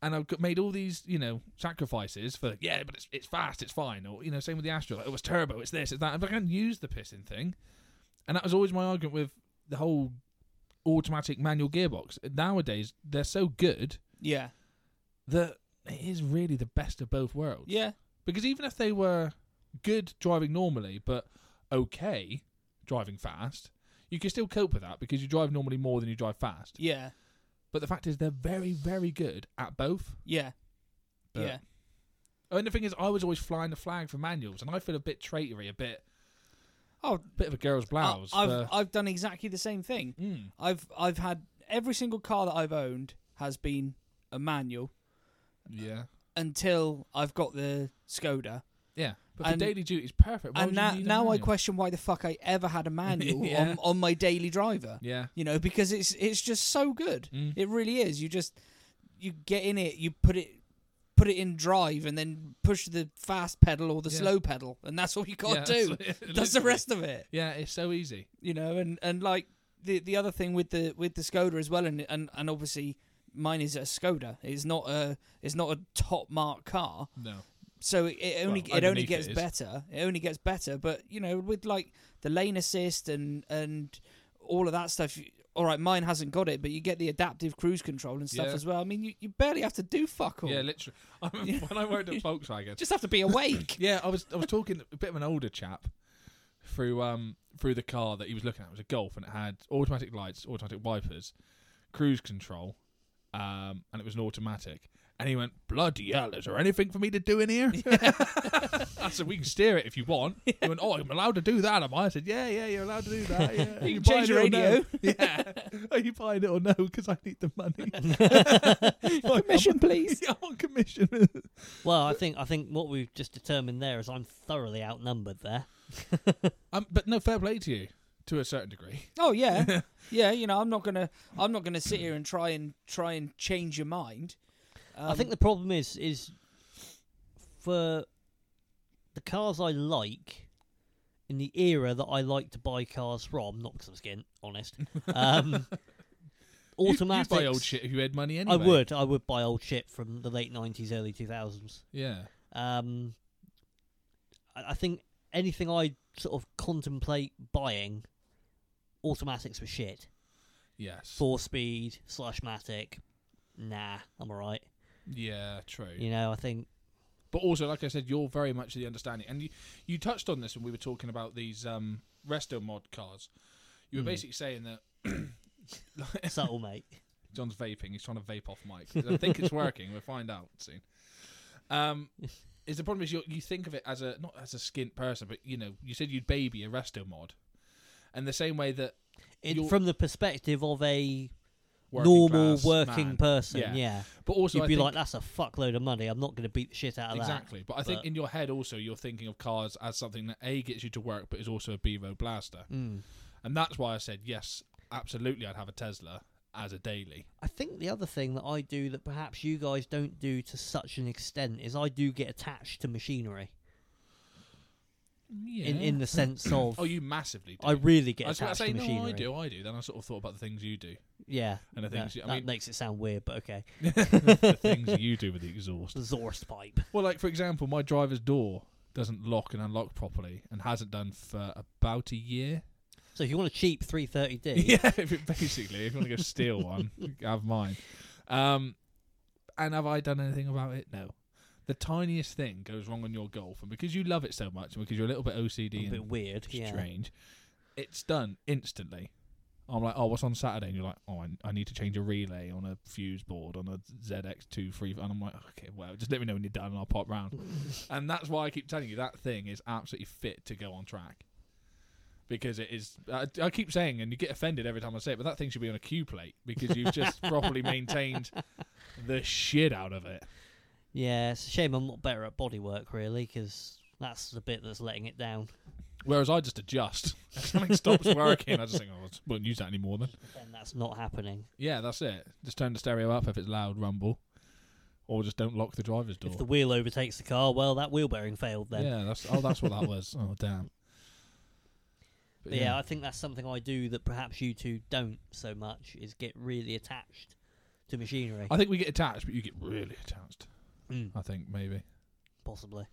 And I've got- made all these, you know, sacrifices for, yeah, but it's, it's fast, it's fine. Or, you know, same with the Astro. Like, oh, it's turbo, it's this, it's that. But I can't use the pissing thing. And that was always my argument with the whole automatic manual gearbox. Nowadays, they're so good Yeah, that it is really the best of both worlds. yeah, Because even if they were good driving normally, but okay driving fast, you can still cope with that because you drive normally more than you drive fast. yeah, But the fact is, they're very, very good at both. yeah, But- yeah. And the thing is, I was always flying the flag for manuals, and I feel a bit traitory, a bit, Oh, bit of a girl's blouse. I- I've for- I've done exactly the same thing. Mm, I've I've had every single car that I've owned has been a manual yeah, until I've got the Skoda, yeah. But for And- daily duty, it's perfect. Why would and you now need a now I manual? question why the fuck I ever had a manual Yeah. on on my daily driver. Yeah, You know, because it's it's just so good. Mm. It really is. You just you get in it, you put it put it in drive, and then push the fast pedal or the Yeah. slow pedal, and that's all you got to Yeah, do. that's- That's the rest of it. Yeah, it's so easy. you know and and like the the other thing with the with the Skoda as well and and, and obviously mine is a Skoda it's not a it's not a top mark car No, so it, it only Well, it only underneath gets it is. better it only gets better but you know with like the lane assist and and all of that stuff you- all right mine hasn't got it but you get the adaptive cruise control and stuff Yeah. as well I mean you, you barely have to do fuck all yeah, literally. I remember Yeah. when I worked at Volkswagen, just have to be awake Yeah, I was I was talking to a bit of an older chap through um through the car that he was looking at. It was a Golf and it had automatic lights, automatic wipers, cruise control, um, and it was an automatic. And he went, bloody hell, is there anything for me to do in here? I said, we can steer it if you want. He went, oh, I'm allowed to do that, am I? I said, yeah, yeah, you're allowed to do that. Yeah. Are You can buying change your it or no?" radio. Yeah. Are you buying it or no? Because I need the money. Like, commission I'm- please Yeah, I want commission. Well, I think I think what we've just determined there is I'm thoroughly outnumbered there. um, but no, fair play to you, to a certain degree. oh yeah yeah you know I'm not gonna I'm not gonna sit here and try and try and change your mind I think Um, the problem is is for the cars I like in the era that I like to buy cars from, not because I'm skint, honest. Um, You'd- you'd automatics. buy old shit if you had money anyway. I would. I would buy old shit from the late '90s, early 2000s. Yeah. Um, I I think anything I sort of contemplate buying, automatics were shit. Yes. Four speed slash matic. Nah, I'm alright. yeah. True. You know, I think But also, like I said, you're very much the understanding, and you, you touched on this when we were talking about these um, resto mod cars. You were Hmm. basically saying that subtle, mate. John's vaping. He's trying to vape off mic. I think it's working. We'll find out soon. Um, is the problem is you you think of it as a not as a skint person, but you know you said you'd baby a resto mod, and the same way that It, You're- from the perspective of a working normal class working man- person, yeah. yeah, but also you'd I be think- like, "That's a fuckload of money. I'm not going to beat the shit out of Exactly. But I think but- in your head also you're thinking of cars as something that A gets you to work but is also a B road blaster. that." Mm. And that's why I said yes, absolutely I'd have a Tesla as a daily. I think the other thing that I do that perhaps you guys don't do to such an extent is I do get attached to machinery Yeah. in in the sense of Oh, you massively do. I really get I was gonna attached say, to no, I machinery. do, I do. Then I sort of thought about the things you do. Yeah, And the no, things you- I that mean- makes it sound weird, but okay. the things you do with the exhaust. The Zorst pipe. Well, like for example, my driver's door doesn't lock and unlock properly and hasn't done for about a year. So if you want a cheap 330D, yeah, if it- basically, if you want to go steal one, have mine. Um, and have I done anything about it? No. The tiniest thing goes wrong on your golf, and because you love it so much, and because you're a little bit OCD a and bit weird. Yeah. strange, it's done instantly. I'm like, oh, what's on Saturday? And you're like, oh, I, I need to change a relay on a fuse board on a ZX23. And I'm like, okay, well, just let me know when you're done and I'll pop round. and that's why I keep telling you that thing is absolutely fit to go on track. Because it is, I, I keep saying, and you get offended every time I say it, but that thing should be on a Q plate because you've just properly maintained the shit out of it. Yeah, it's a shame I'm not better at bodywork, really, because that's the bit that's letting it down. Whereas I just adjust. If something stops working, I just think, oh, I won't use that anymore then. Then that's not happening. Yeah, that's it. Just turn the stereo up if it's loud, rumble, or just don't lock the driver's door. If the wheel overtakes the car, well, that wheel bearing failed then. yeah, that's oh, that's what that was. Oh, damn. But yeah. I think that's something I do that perhaps you two don't so much is get really attached to machinery. I think we get attached, but you get really attached. Mm, I think maybe. possibly.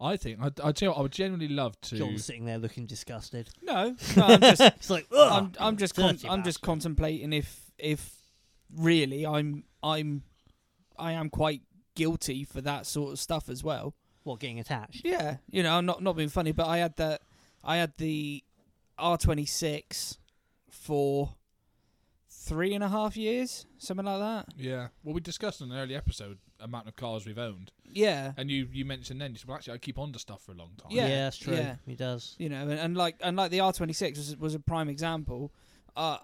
I think I. I tell you, what, I would genuinely love to. John's sitting there looking disgusted. No, no I'm just It's like, I'm, Ugh, I'm just con- dirty I'm just bastard." contemplating if if really I'm I'm I am quite guilty for that sort of stuff as well. what getting attached. Yeah, you know, I'm not not being funny, but I had that I had the R26 for three and a half years, something like that. Yeah. Well, we discussed in an early episode amount of cars we've owned, Yeah, and you you mentioned then you said, well, actually, I keep on to stuff for a long time. Yeah, that's true. yeah. He does. you know, and, and like and like the R26 was was a prime example. Uh,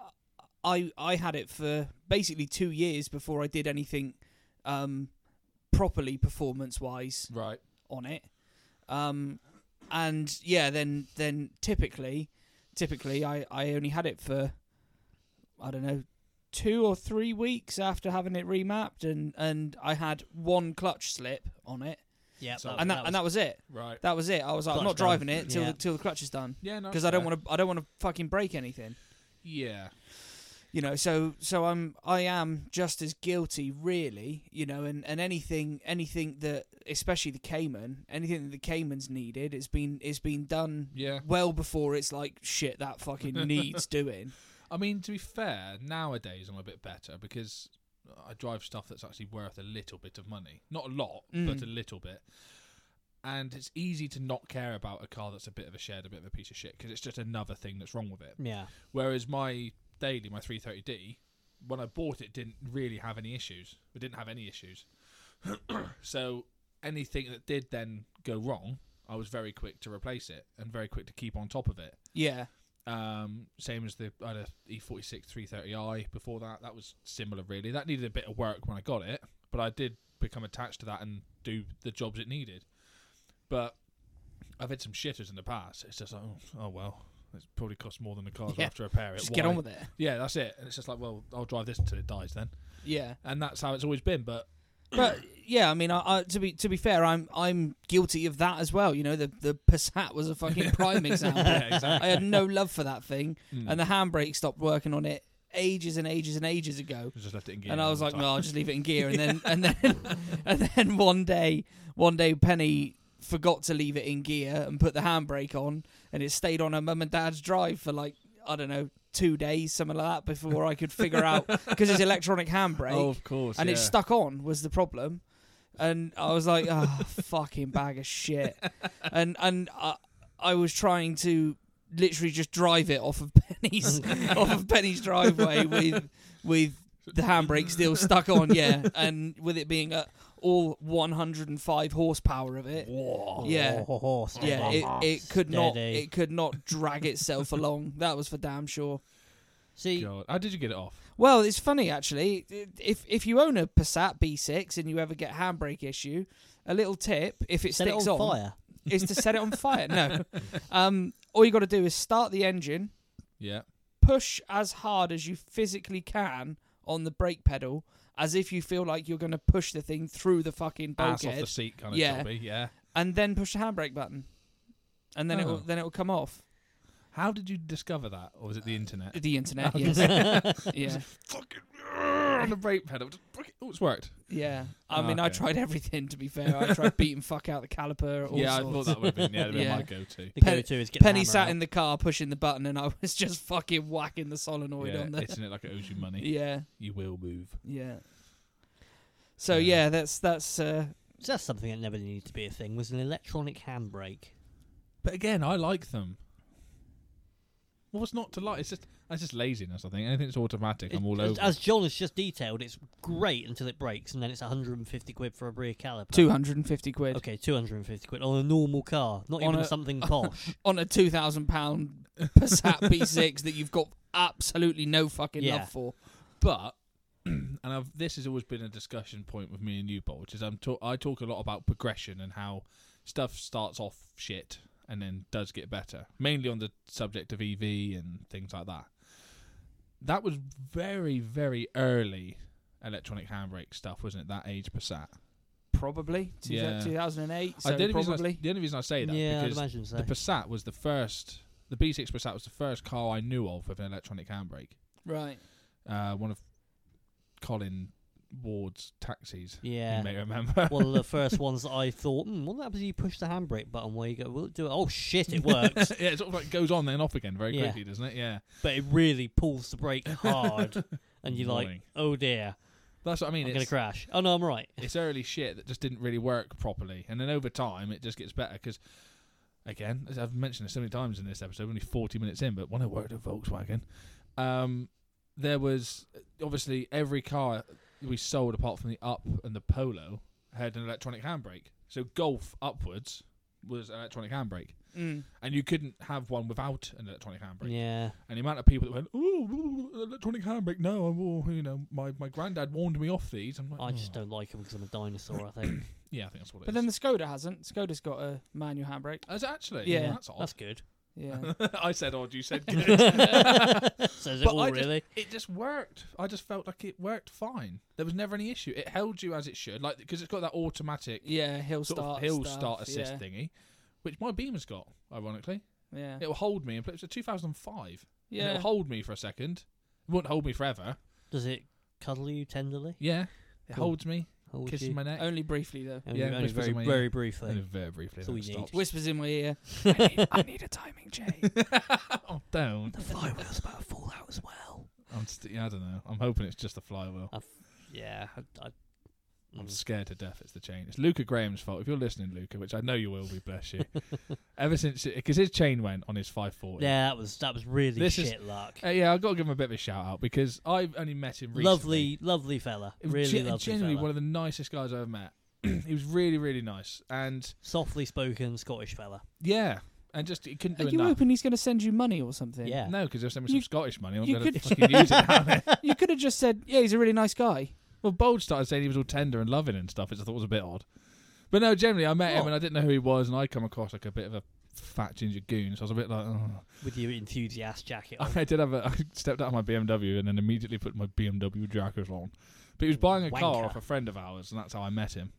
I I had it for basically two years before I did anything um, properly performance wise Right. on it. Um, and yeah, then then typically, typically I I only had it for I don't know two or three weeks after having it remapped, and and I had one clutch slip on it, Yeah, So- and that, and that was it. Right. That was it. I was like, I'm Oh, Clutch not driving done. it till Yeah. the, till the clutch is done Yeah. No. because I don't want to I don't want to fucking break anything. Yeah. you know so so i'm i am just as guilty really you know and and anything anything that especially the cayman anything that the cayman's needed it's been it's been done Yeah. well before it's like shit that fucking needs doing I mean, to be fair, nowadays I'm a bit better because I drive stuff that's actually worth a little bit of money. Not a lot, Mm. but a little bit. And it's easy to not care about a car that's a bit of a shed, a bit of a piece of shit, because it's just another thing that's wrong with it. yeah. Whereas my daily, my 330D, when I bought it, didn't really have any issues. It didn't have any issues. so anything that did then go wrong, I was very quick to replace it and very quick to keep on top of it. yeah Um, same as the I had a E E46 330i before that. That was similar, really. That needed a bit of work when I got it, but I did become attached to that and do the jobs it needed. But I've had some shitters in the past. It's just like, oh, oh well, it's probably cost more than the car's Yeah. have to repair it. just get on with it Yeah, that's it. And it's just like, well, I'll drive this until it dies then, yeah and that's how it's always been. But but yeah i mean I, I to be to be fair i'm i'm guilty of that as well you know the the passat was a fucking prime example yeah, exactly. i had no love for that thing Mm. and the handbrake stopped working on it ages and ages and ages ago I just left it in gear and I all was the like, time. Oh, no, I'll just leave it in gear. And then and then and then one day, one day Penny forgot to leave it in gear and put the handbrake on, and it stayed on her mum and dad's drive for like I don't know two days, something like that, before I could figure out because it's electronic handbrake oh, of course, and yeah. it stuck on was the problem. And I was like, oh, fucking bag of shit. And and I, I was trying to literally just drive it off of Penny's off of Penny's driveway with with the handbrake still stuck on, yeah, and with it being at all 105 horsepower of it. Whoa. Yeah. Oh, Ho- ho- Yeah, it, it could not Steady. it could not drag itself along. That was for damn sure. See, God, how did you get it off? Well, it's funny actually. If if you own a Passat B6 and you ever get handbrake issue, a little tip if it set it sticks on, on, fire. is to set it on fire. No, um, all you got to do is start the engine, Yeah, push as hard as you physically can on the brake pedal, as if you feel like you're going to push the thing through the fucking ass off bulkhead, the seat kind of Oh, Yeah. jobby. Yeah. and then push the handbrake button, and then it Oh. will then it will come off. How did you discover that, or was it the internet? The internet, yes, yeah, fucking on the brake pedal. Just fucking- oh, it's worked. yeah. I Ah, mean, I okay. tried everything. To be fair, I tried beating fuck out the caliper. All yeah, sorts. I thought that would have been yeah, that'd been Yeah. my go-to. The Pen- go-to is get the Penny hammer sat out. in the car pushing the button, and I was just fucking whacking the solenoid Yeah, on the. isn't it like it owes you money? Yeah, You will move. yeah. So Yeah. yeah, that's that's. uh So that's something that never needed to be a thing. Was an electronic handbrake. But again, I like them. What's not to like? It's just that's just laziness. I think anything that's automatic, I'm It- all as, over. as John has just detailed, it's great until it breaks, and then it's 150 quid for a rear caliper. 250 quid Okay, 250 quid on a normal car, not On even a- something posh. on a 2000 pound Passat B6 that you've got absolutely no fucking Yeah. love for. but and I've, this has always been a discussion point with me and you, Paul, which is I'm ta- I talk a lot about progression and how stuff starts off shit and then does get better, mainly on the subject of EV and things like that. That was very, very early electronic handbrake stuff, wasn't it? That age Passat. probably two Yeah. two thousand and eight. So I, the, only reason I- probably the only reason I say that yeah, I'd because imagine so. the Passat was the first, the B6 Passat was the first car I knew of with an electronic handbrake. right. Uh, one of Colin Ward's taxis. You yeah. may remember. One of the first ones that I thought, hmm, what happens if you push the handbrake button where you go, will it do it? Oh shit, it works. yeah, it sort of like goes on then off again very Yeah. quickly, doesn't it? Yeah. but it really pulls the brake hard. and you're like, Annoying. oh dear, That's what I mean. I'm going to it's, crash. Oh no, I'm right. it's early shit that just didn't really work properly, and then over time it just gets better because. Again, as I've mentioned this so many times in this episode, we're only 40 minutes in, but when I worked at Volkswagen, um, there was obviously every car we sold apart from the Up and the Polo had an electronic handbrake. So Golf upwards was electronic handbrake, Mm. and you couldn't have one without an electronic handbrake. Yeah. And the amount of people that went, "Ooh, ooh, electronic handbrake." No, I'm, all you know, my my granddad warned me off these. I'm like, I just "Oh." don't like him because I'm a dinosaur, I think. Yeah, I think that's what it But is. then the Skoda hasn't. Skoda's got a manual handbrake. Is it actually? Yeah. Well, that's odd. That's good. Yeah. I said odd. You said good. Says it But all, I just- really. it just worked. I just felt like it worked fine. There was never any issue. It held you as it should, like because it's got that automatic yeah. Hill sort of start. hill stuff, start assist Yeah. thingy, which my Beamer's got. Ironically, Yeah. it will hold me. in pla- It's a 2005. and Yeah. it'll hold me for a second. It won't hold me forever. Does it cuddle you tenderly? Yeah, it Cool. holds me, Hold kisses you? my neck. Only briefly though. Only- yeah, only whispers very, in my ear. very briefly. And very briefly. That's then all it you need. stops. Whispers in my ear. I need, I need a timing chain. oh, don't. The flywheel's about to fall out as well. I'm st- yeah, I don't know. I'm hoping it's just the flywheel. Yeah, I, I, I'm mm. scared to death it's the chain. It's Luca Graham's fault. If you're listening, Luca, which I know you will be, bless you. Ever since, because his chain went on his 540. yeah, that was that was really This is- shit luck. Uh, yeah, I've got to give him a bit of a shout out because I've only met him recently. Lovely, lovely fella. He was Really gen- lovely Genuinely fella. one of the nicest guys I've met. he was really, really nice. And Softly spoken Scottish fella. yeah, and just, he couldn't do Are you enough. hoping he's going to send you money or something? Yeah. No, because they'll send me You- some Scottish money. I'm you going to could- fucking use it down there. You could have just said, "Yeah, he's a really nice guy." Well, Bold started saying he was all tender and loving and stuff, which I thought was a bit odd. But no, generally, I met him What? and I didn't know who he was, and I come across like a bit of a fat ginger goon, so I was a bit like, oh. With your enthusiast jacket on. I did have a. I stepped out of my BMW and then immediately put my BMW jacket on. But he was buying a car Wanker. off a friend of ours, and that's how I met him.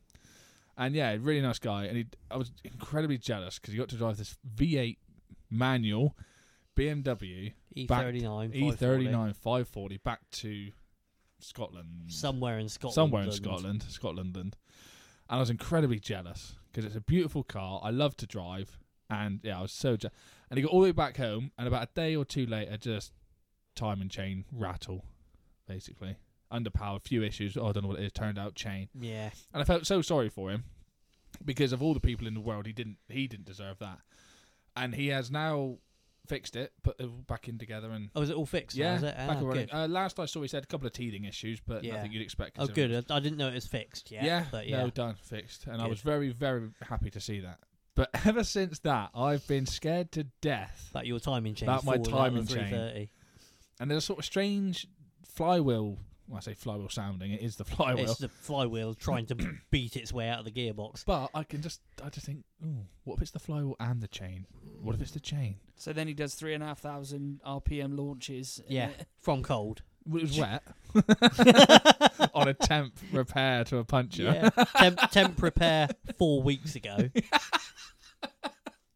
And yeah, really nice guy, and he. I was incredibly jealous because he got to drive this V8 manual BMW E thirty nine. E39 540 back to Scotland Somewhere in Scotland. somewhere in Lund. Scotland, Scotland, and I was incredibly jealous because it's a beautiful car. I love to drive, and yeah, I was so jealous. And he got all the way back home, and about a day or two later, just time and chain rattle, basically underpowered, few issues. Oh, I don't know what it is. Turned out chain, Yeah. and I felt so sorry for him because of all the people in the world, he didn't he didn't deserve that, and he has now fixed it, put it back in together, and. Oh, is it all fixed? now, Yeah, is it? back Ah, and running. good. Uh, last I saw, he said a couple of teething issues, but Yeah. nothing you'd expect. Oh, considering good. I, I didn't know it was fixed yet. yeah, but yeah. no, done, fixed. And I Good. was very, very happy to see that. But ever since that, I've been scared to death. About your timing change. About my timing chain. Three thirty. And there's a sort of strange flywheel. When I say flywheel sounding, it is the flywheel. It's the flywheel trying to beat its way out of the gearbox. but I can just, I just think, ooh, what if it's the flywheel and the chain? What if it's the chain? So then he does three and a half thousand RPM launches. and Yeah, it- from cold. Well, It was wet on a temp repair to a puncher. Yeah. temp, temp repair four weeks ago.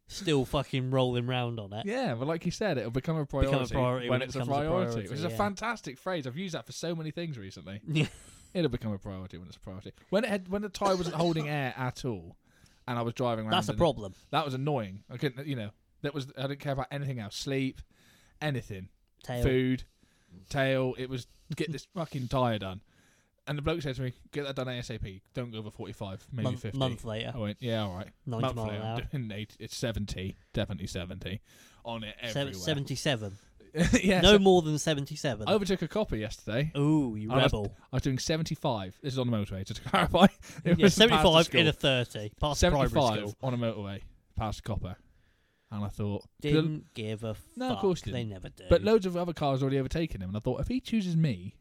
Still fucking rolling round on it. Yeah, but like you said, it'll become a priority, priority when when it it's a becomes a priority, priority, which is yeah. a fantastic phrase. I've used that for so many things recently. Yeah. It'll become a priority when it's a priority. When it had, when the tyre wasn't holding air at all, and I was driving around, That's a and problem. That was annoying. I couldn't, you know, that was I didn't care about anything else, sleep, anything, Tail. food, tail. It was get this fucking tyre done. And the bloke said to me, "Get that done ASAP. Don't go over forty-five, maybe Oh, month, 50. month later, I went, "Yeah, all right." 90 Monthly, mile an hour. I'm doing eight, it's seventy, definitely seventy on it Se- everywhere. 77. yeah, no so more than 77. I overtook a copper yesterday. Ooh, you I was- rebel. I was doing 75. This is on the motorway, just to clarify. It yeah, was past the 75 in school. a 30. Past primary 75 school. on a motorway past a copper. And I thought, Didn't give a fuck. No, of course They didn't. never do. but loads of other cars already overtaken him. And I thought, if he chooses me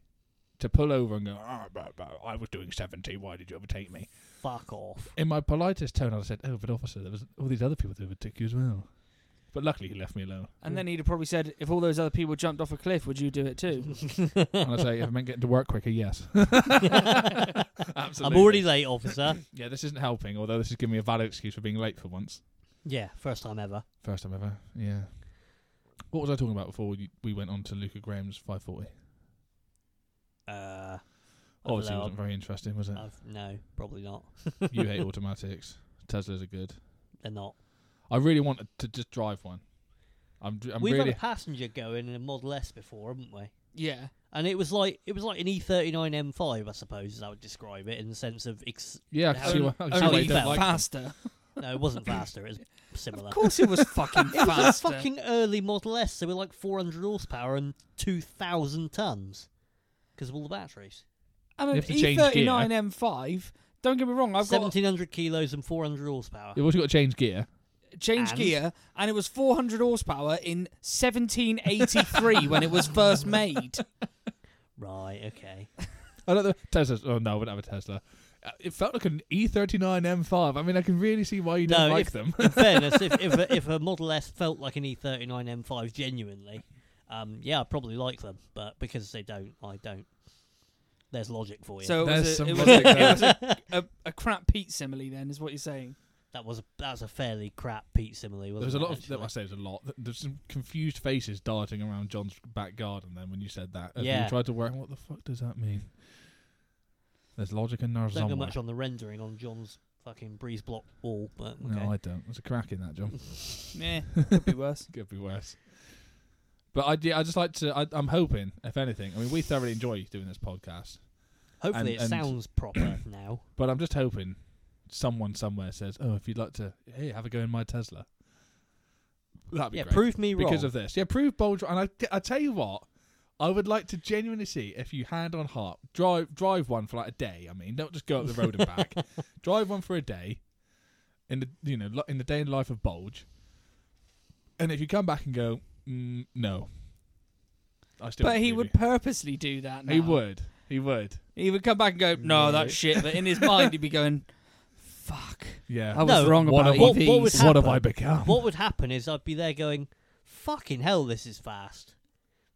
to pull over and go, "Ah, blah, blah, I was doing 70, why did you overtake me? Fuck off. In my politest tone, I said, oh, but officer, there was all these other people that overtook you as well. But luckily, he left me alone. And then he'd have probably said, if all those other people jumped off a cliff, would you do it too? And I say, if I meant getting to work quicker, yes. I'm Absolutely. already late, officer. Yeah, this isn't helping, although this is giving me a valid excuse for being late for once. yeah, first time ever. First time ever. Yeah. What was I talking about before we we went on to Luca Graham's 540? Uh, I Obviously, dunno, wasn't very interesting, was it? I've, I've- no, probably not. you hate automatics. Teslas are good. They're not. I really wanted to just drive one. I'm, I'm We've really. had a passenger go in a Model S before, haven't we? yeah. And it was like it was like an E E39 M5, I suppose, as I would describe it, in the sense of ex- yeah, I can see why, I can see only why you don't felt- like them. faster. no, it wasn't faster. It was similar. Of course it was fucking It was a faster. fucking early Model S, so we're like 400 horsepower and 2,000 tons because of all the batteries. and You an have to change gear. E39 M5, don't get me wrong, I've got 1,700 kilos and 400 horsepower. You've also got to change gear. change And? gear, and it was 400 horsepower in 1783 when it was first made. Right, okay. I don't know. Teslas. Oh, no, I wouldn't have a Tesla. Uh, It felt like an E39 M5. I mean, I can really see why you don't No, like if- them. In fairness, if, if, a, if a Model S felt like an E E39 M5 genuinely, um, yeah, I probably like them, but because they don't, I don't. There's logic for you. So it Oh, There's was, some a, it was, logic a, there. it was a, a, a crap Pete simile, then, is what you're saying. that was a, that was a fairly crap Pete simile. Wasn't There was a it, lot of. actually? I say there was a lot. There's some confused faces darting around John's back garden. Then when you said that, as Yeah. we tried to work. What the fuck does that mean? There's logic in there don't somewhere. go much on the rendering on John's fucking breeze block wall, but okay. No, I don't. There's a crack in that, John. Yeah, could be worse. Could be worse. But I, yeah, I just like to. I, I'm hoping, if anything, I mean, we thoroughly enjoy doing this podcast. Hopefully, and- it and- sounds proper now. But I'm just hoping someone somewhere says, "Oh, if you'd like to, hey, have a go in my Tesla." That'd be Yeah, great. prove me wrong. because of this. Yeah, prove bold. And I, I tell you what, I would like to genuinely see if you hand on heart drive drive one for like a day. I mean, don't just go up the road and back. drive one for a day, in the you know lo- in the day and life of Bulge. And if you come back and go, mm, no, I still. But don't he believe would purposely do that you." now. He would. He would. He would come back and go, no, No. that's shit. But in his mind, he'd be going, fuck. Yeah. I was No, wrong what about E a- what- EVs. what would what have happen? I Um, become? what would happen is I'd be there going, "Fucking hell, this is fast."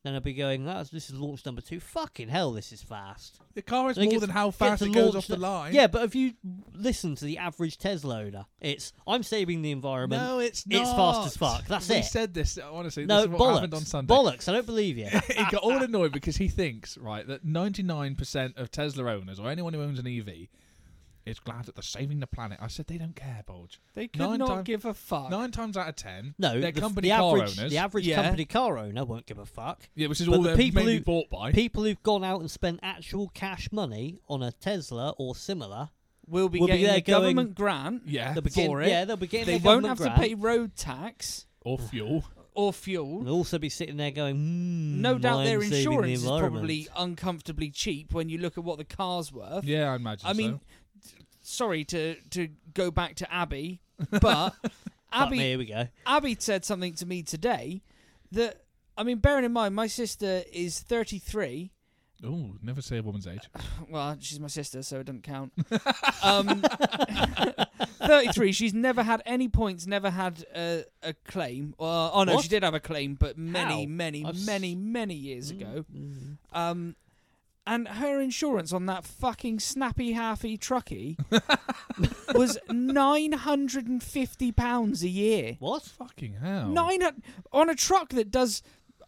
Then I'd be going, "That's this is launch number two. Fucking hell, this is fast." The car is Like, more it's- than how it's fast a it goes launch off the that- line. Yeah, but if you listen to the average Tesla owner, it's I'm saving the environment. No, it's not. It's fast as fuck. That's we it. said this honestly. No, this is what happened bollocks. on Sunday. Bollocks. I don't believe you. he got all annoyed because he thinks, right, that 99% of Tesla owners or anyone who owns an EV is glad that they're saving the planet. I said they don't care, Bulge. They could Nine not time- give a fuck. Nine times out of ten, No, they're the, company the car average, owners. The average Yeah. company car owner won't give a fuck. yeah, which is but all the they're people mainly who- bought by. People who've gone out and spent actual cash money on a Tesla or similar, We'll be We'll be getting there a going- government grant. yeah, they'll be getting, For it. yeah, they'll be getting They their won't have government to grant. pay road tax or fuel. or fuel. And also be sitting there going, mm, No doubt their I'm saving the insurance is environment." probably uncomfortably cheap when you look at what the car's worth. Yeah, I imagine. I mean, so. sorry to to go back to Abby, but Fuck Abby me, here we go. Abby said something to me today that I mean, bearing in mind my sister is 33. oh, never say a woman's age. uh, Well, she's my sister, so it doesn't count. um, 33. She's never had any points, never had a, a claim. Uh, oh no, What? she did have a claim, but many, How? many, I've s- many, many years ago. Mm. Um, and her insurance on that fucking snappy halfy truckie was nine hundred and fifty pounds a year. What? Fucking hell. Nine hun- on a truck that does,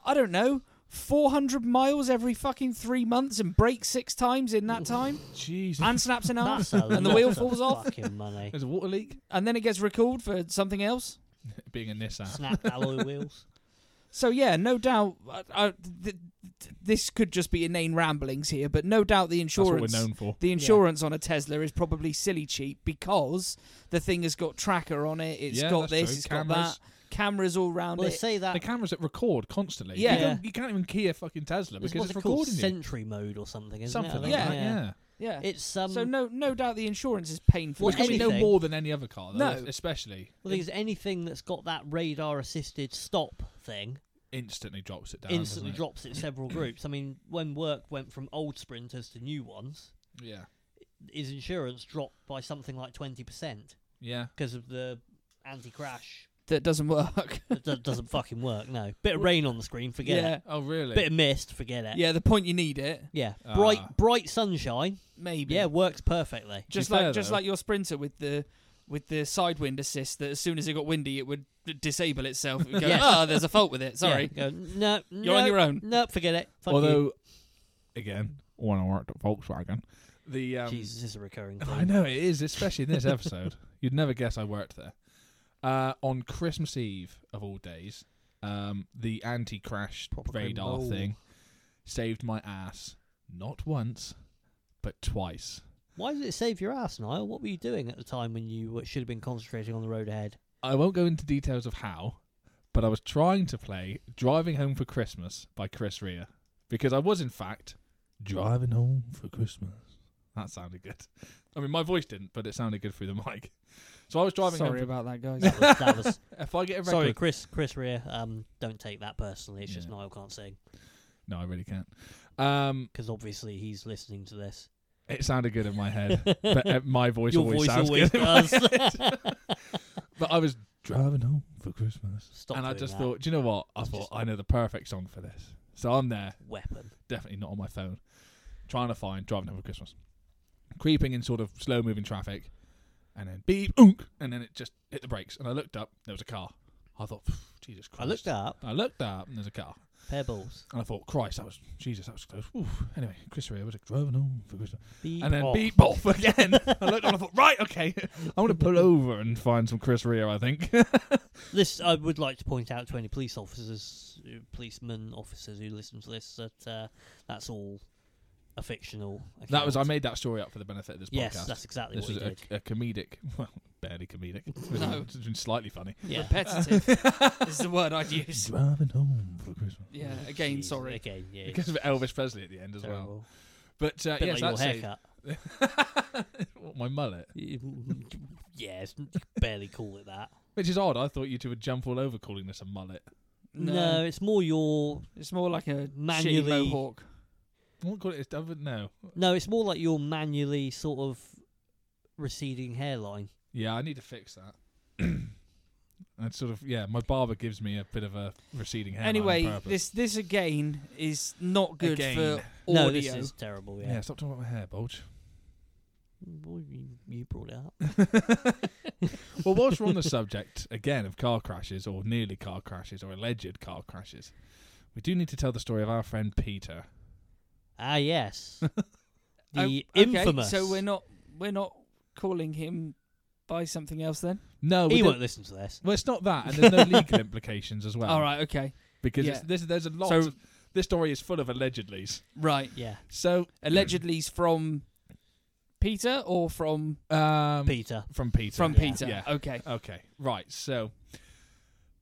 I don't know, four hundred miles every fucking three months and breaks six times in that time Jesus. and snaps an arm That's a and the lot wheel of falls off Fucking money. There's a water leak. and then it gets recalled for something else. Being a Nissan. Snap alloy wheels. So yeah, no doubt. I, I, th- th- this could just be inane ramblings here, but no doubt the That's what insurance. we're known for. The insurance on a Tesla is probably silly cheap because the thing has got tracker on it. It's yeah, got that's this. true. It's cameras. got that. Cameras all round Well, they it. say that. The cameras that record constantly. Yeah. You, don't, you can't even key a fucking Tesla it's because what it's they call recording you. Sentry mode or something, isn't Something it? like think. that, yeah. yeah. yeah. It's um. so no, no doubt the insurance is painful. Well, Which we no anything. more than any other car, though, No. especially. well, there's anything that's got that radar-assisted stop thing. instantly drops it down. instantly doesn't drops it several groups. I mean, when work went from old sprinters to new ones, it? Yeah, his insurance dropped by something like 20% yeah. because of the anti crash. that doesn't work. That do- doesn't fucking work, no. Bit of rain on the screen, forget yeah, it. Oh really? Bit of mist, forget it. yeah. The point you need it, Yeah. Ah. bright bright sunshine. maybe. Yeah, works perfectly. just be fair, like just though- like your sprinter with the with the side wind assist. That as soon as it got windy, it would d- disable itself. It would go, Yes. oh, there's a fault with it. Sorry, Yeah, go, no, you're on your own. No, forget it. Fuck Although, you. again, when I worked at Volkswagen, the um, Jesus this is a recurring I thing. know it is, especially in this episode. You'd never guess I worked there. Uh, on Christmas Eve of all days, um, the anti-crash Proper radar grimble. thing saved my ass not once, but twice. Why did it save your ass, Niall? What were you doing at the time when you uh, should have been concentrating on the road ahead? I won't go into details of how, but I was trying to play "Driving Home for Christmas" by Chris Rea because I was in fact driving home for Christmas. That sounded good. I mean, my voice didn't, but it sounded good through the mic. So I was driving Sorry home. about that, guys. That was, that was For, if I get a record, sorry, Chris. Chris Rea. Um, don't take that personally. It's just Yeah. Niall can't sing no, I really can't. Um, because obviously he's listening to this. It sounded good in my head, but uh, my voice Your always voice sounds always good. in my does. head. but I was driving home for Christmas, Stop. and I doing just that. thought, do you know what? I It's thought just- I know the perfect song for this, so I'm there, weapon. definitely not on my phone, trying to find "Driving Home for Christmas," creeping in sort of slow-moving traffic, and then beep, oonk, and then it just hit the brakes, and I looked up, there was a car. I thought, "Phew, Jesus Christ! I looked up I looked up, and there's a car. pebbles. And I thought, Christ, that was Jesus, that was close. Oof. Anyway, Chris Rea was like, driving home for Christmas. Beep and then off. beep off again. I looked on and I thought, right, okay, I'm going to pull over and find some Chris Rea, I think. This I would like to point out to any police officers, uh, policemen, officers who listen to this that uh, that's all a fictional. Account. that was, I made that story up for the benefit of this Yes, podcast. that's exactly this what was he a, did. a comedic, well, barely comedic. It was, No. it's been slightly funny. yeah. Repetitive is the word I'd use. Driving home for Christmas. Yeah, uh, again, Jesus, sorry. Again, yeah. Because of Elvis Presley at the end as well. terrible. But uh, Bit yes, like your that's it. haircut. What, my mullet, yeah, it's, you could barely call it that. which is odd. I thought you two would jump all over calling this a mullet. No, it's more your it's more like a Manually- shitty mohawk. I won't call it. I would no. no, it's more like your manually sort of receding hairline. Yeah, I need to fix that. and sort of yeah, my barber gives me a bit of a receding hairline. on Anyway, purpose. this this again is not good Again. for audio. No, this is terrible. yeah. Yeah, stop talking about my hair bulge. Well, you, you brought it up. Well, whilst we're on the subject again of car crashes or nearly car crashes or alleged car crashes, we do need to tell the story of our friend Peter. Ah, yes, the Oh, okay, infamous. So we're not we're not calling him by something else then. No, we he didn't- won't listen to this. well, it's not that, and there's no legal implications as well. All right. Okay. because yeah. it's, this, there's a lot. So- of, this story is full of allegedlys. Right. Yeah, So Allegedly, he's from Peter or from um, Peter. from Peter, from Yeah. Peter. Yeah. Okay. Okay, right. So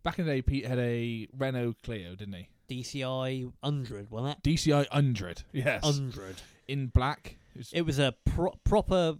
back in the day, Pete had a Renault Clio, didn't he? DCI hundred, wasn't it? DCI hundred. Yes, Hundred. in black. It was- It was a pro- proper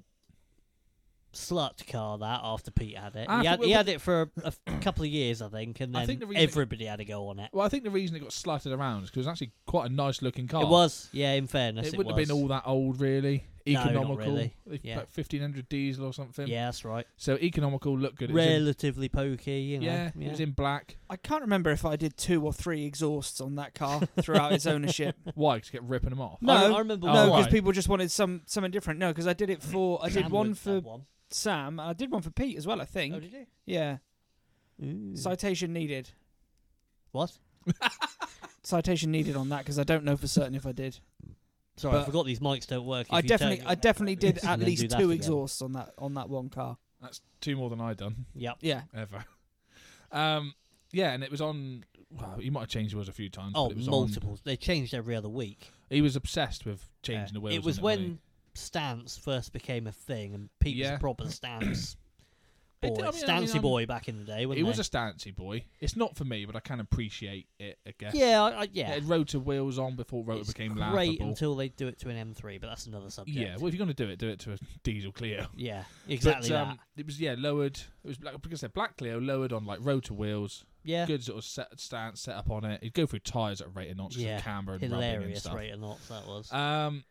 slut car that after Pete had it. Ah, I he thought had, we he were- had it for a, a f- couple of years, I think, and I then think the reason- everybody had a go on it. well, I think the reason it got slutted around is because it was actually quite a nice looking car. It was, yeah. In fairness, Oh. it, it wouldn't have been all was. that old, really. No, not Economical. really. They- Yeah. Like fifteen hundred diesel or something. Yeah, that's right. So economical, looked good. It was in- Relatively pokey, you know. yeah, it was in black. I can't remember if I did two or three exhausts on that car throughout its ownership. Why? To get ripping them off. No, I, I remember. Oh, no, why? because right. people just wanted some something different. No, because I did it for I did Sam one Woods for had one. Sam. and I did one for Pete as well. I think. Oh, did you? Hmm. Yeah. Ooh. Citation needed. what? Citation needed on that because I don't know for certain if I did. Sorry, I But- forgot these mics don't work. If I you definitely, turn I your- definitely and did at then do least that two again. exhausts on that on that one car. That's two more than I done Yep. Yeah. ever. Um, yeah, and it was on. Well, he might have changed the wheels a few times. Oh, but it was on- multiples. They changed every other week. he was obsessed with changing Yeah. the wheels. It was on wasn't he? when stance first became a thing, and Pete was Yeah. a proper stance It- boy, I mean- I stancey mean, I'm- boy back in the day. It Wasn't was they? a stancy boy. It's not for me, but I can appreciate it. I guess. yeah, I, I, It yeah. had rotor wheels on before rotor It's became great laughable. until they do it to an M3, but that's another subject. yeah. Well, if you're going to do it, do it to a diesel Clio. yeah, exactly But, um, that. It was yeah lowered. It was like, because I said black Clio lowered on like rotor wheels, Yeah. good sort of set, stance set up on it. He'd go through tyres at rate of knots, Yeah. yeah. camber and rubbing and Hilarious stuff. rate of knots that was. Um,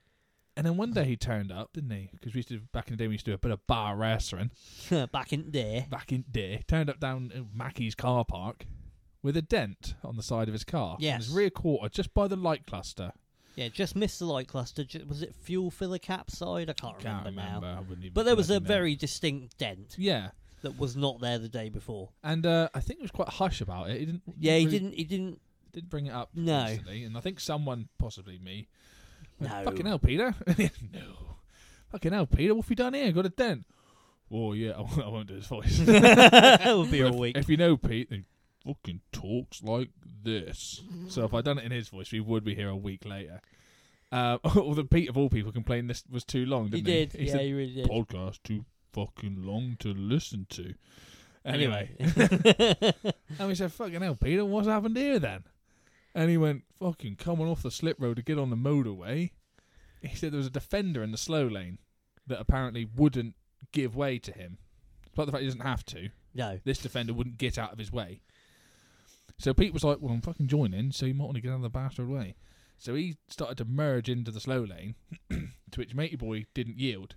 and then one day he turned up, didn't he? Because we used to back in the day we used to do a bit of bar wrestling Back in there. back in the day. Turned up down in Mackey's car park with a dent on the side of his car, on Yes. his rear quarter, just by the light cluster. Yeah, just missed the light cluster. Ju- was it fuel filler capside? I can't, Can't remember, remember. now. I wouldn't even But there was a bloody know. very distinct dent yeah, that was not there the day before. and uh, I think it was quite hush about it. He didn't. Yeah, he really- didn't. He didn't. did bring it up No. recently, and I think someone, possibly me, went, No. fucking hell, Peter. no. Fucking hell, Peter, what have you done here? Got a dent. Oh, yeah, I won't, I won't do his voice. that would be But all if- week. If you know Pete, he fucking talks like this. So if I'd done it in his voice, we would be here a week later. Uh, or the Pete of all people complained this was too long, He didn't he? did. yeah, said, he really did. podcast too fucking long to listen to. Anyway, Anyway. and we said, fucking hell, Peter, what's happened here then? And he went, fucking coming off the slip road to get on the motorway. He said there was a defender in the slow lane that apparently wouldn't give way to him. Despite the fact he doesn't have to, no. this defender wouldn't get out of his way. So Pete was like, well, I'm fucking joining, so you might want to get out of the bastard way. So he started to merge into the slow lane, to which Matey Boy didn't yield.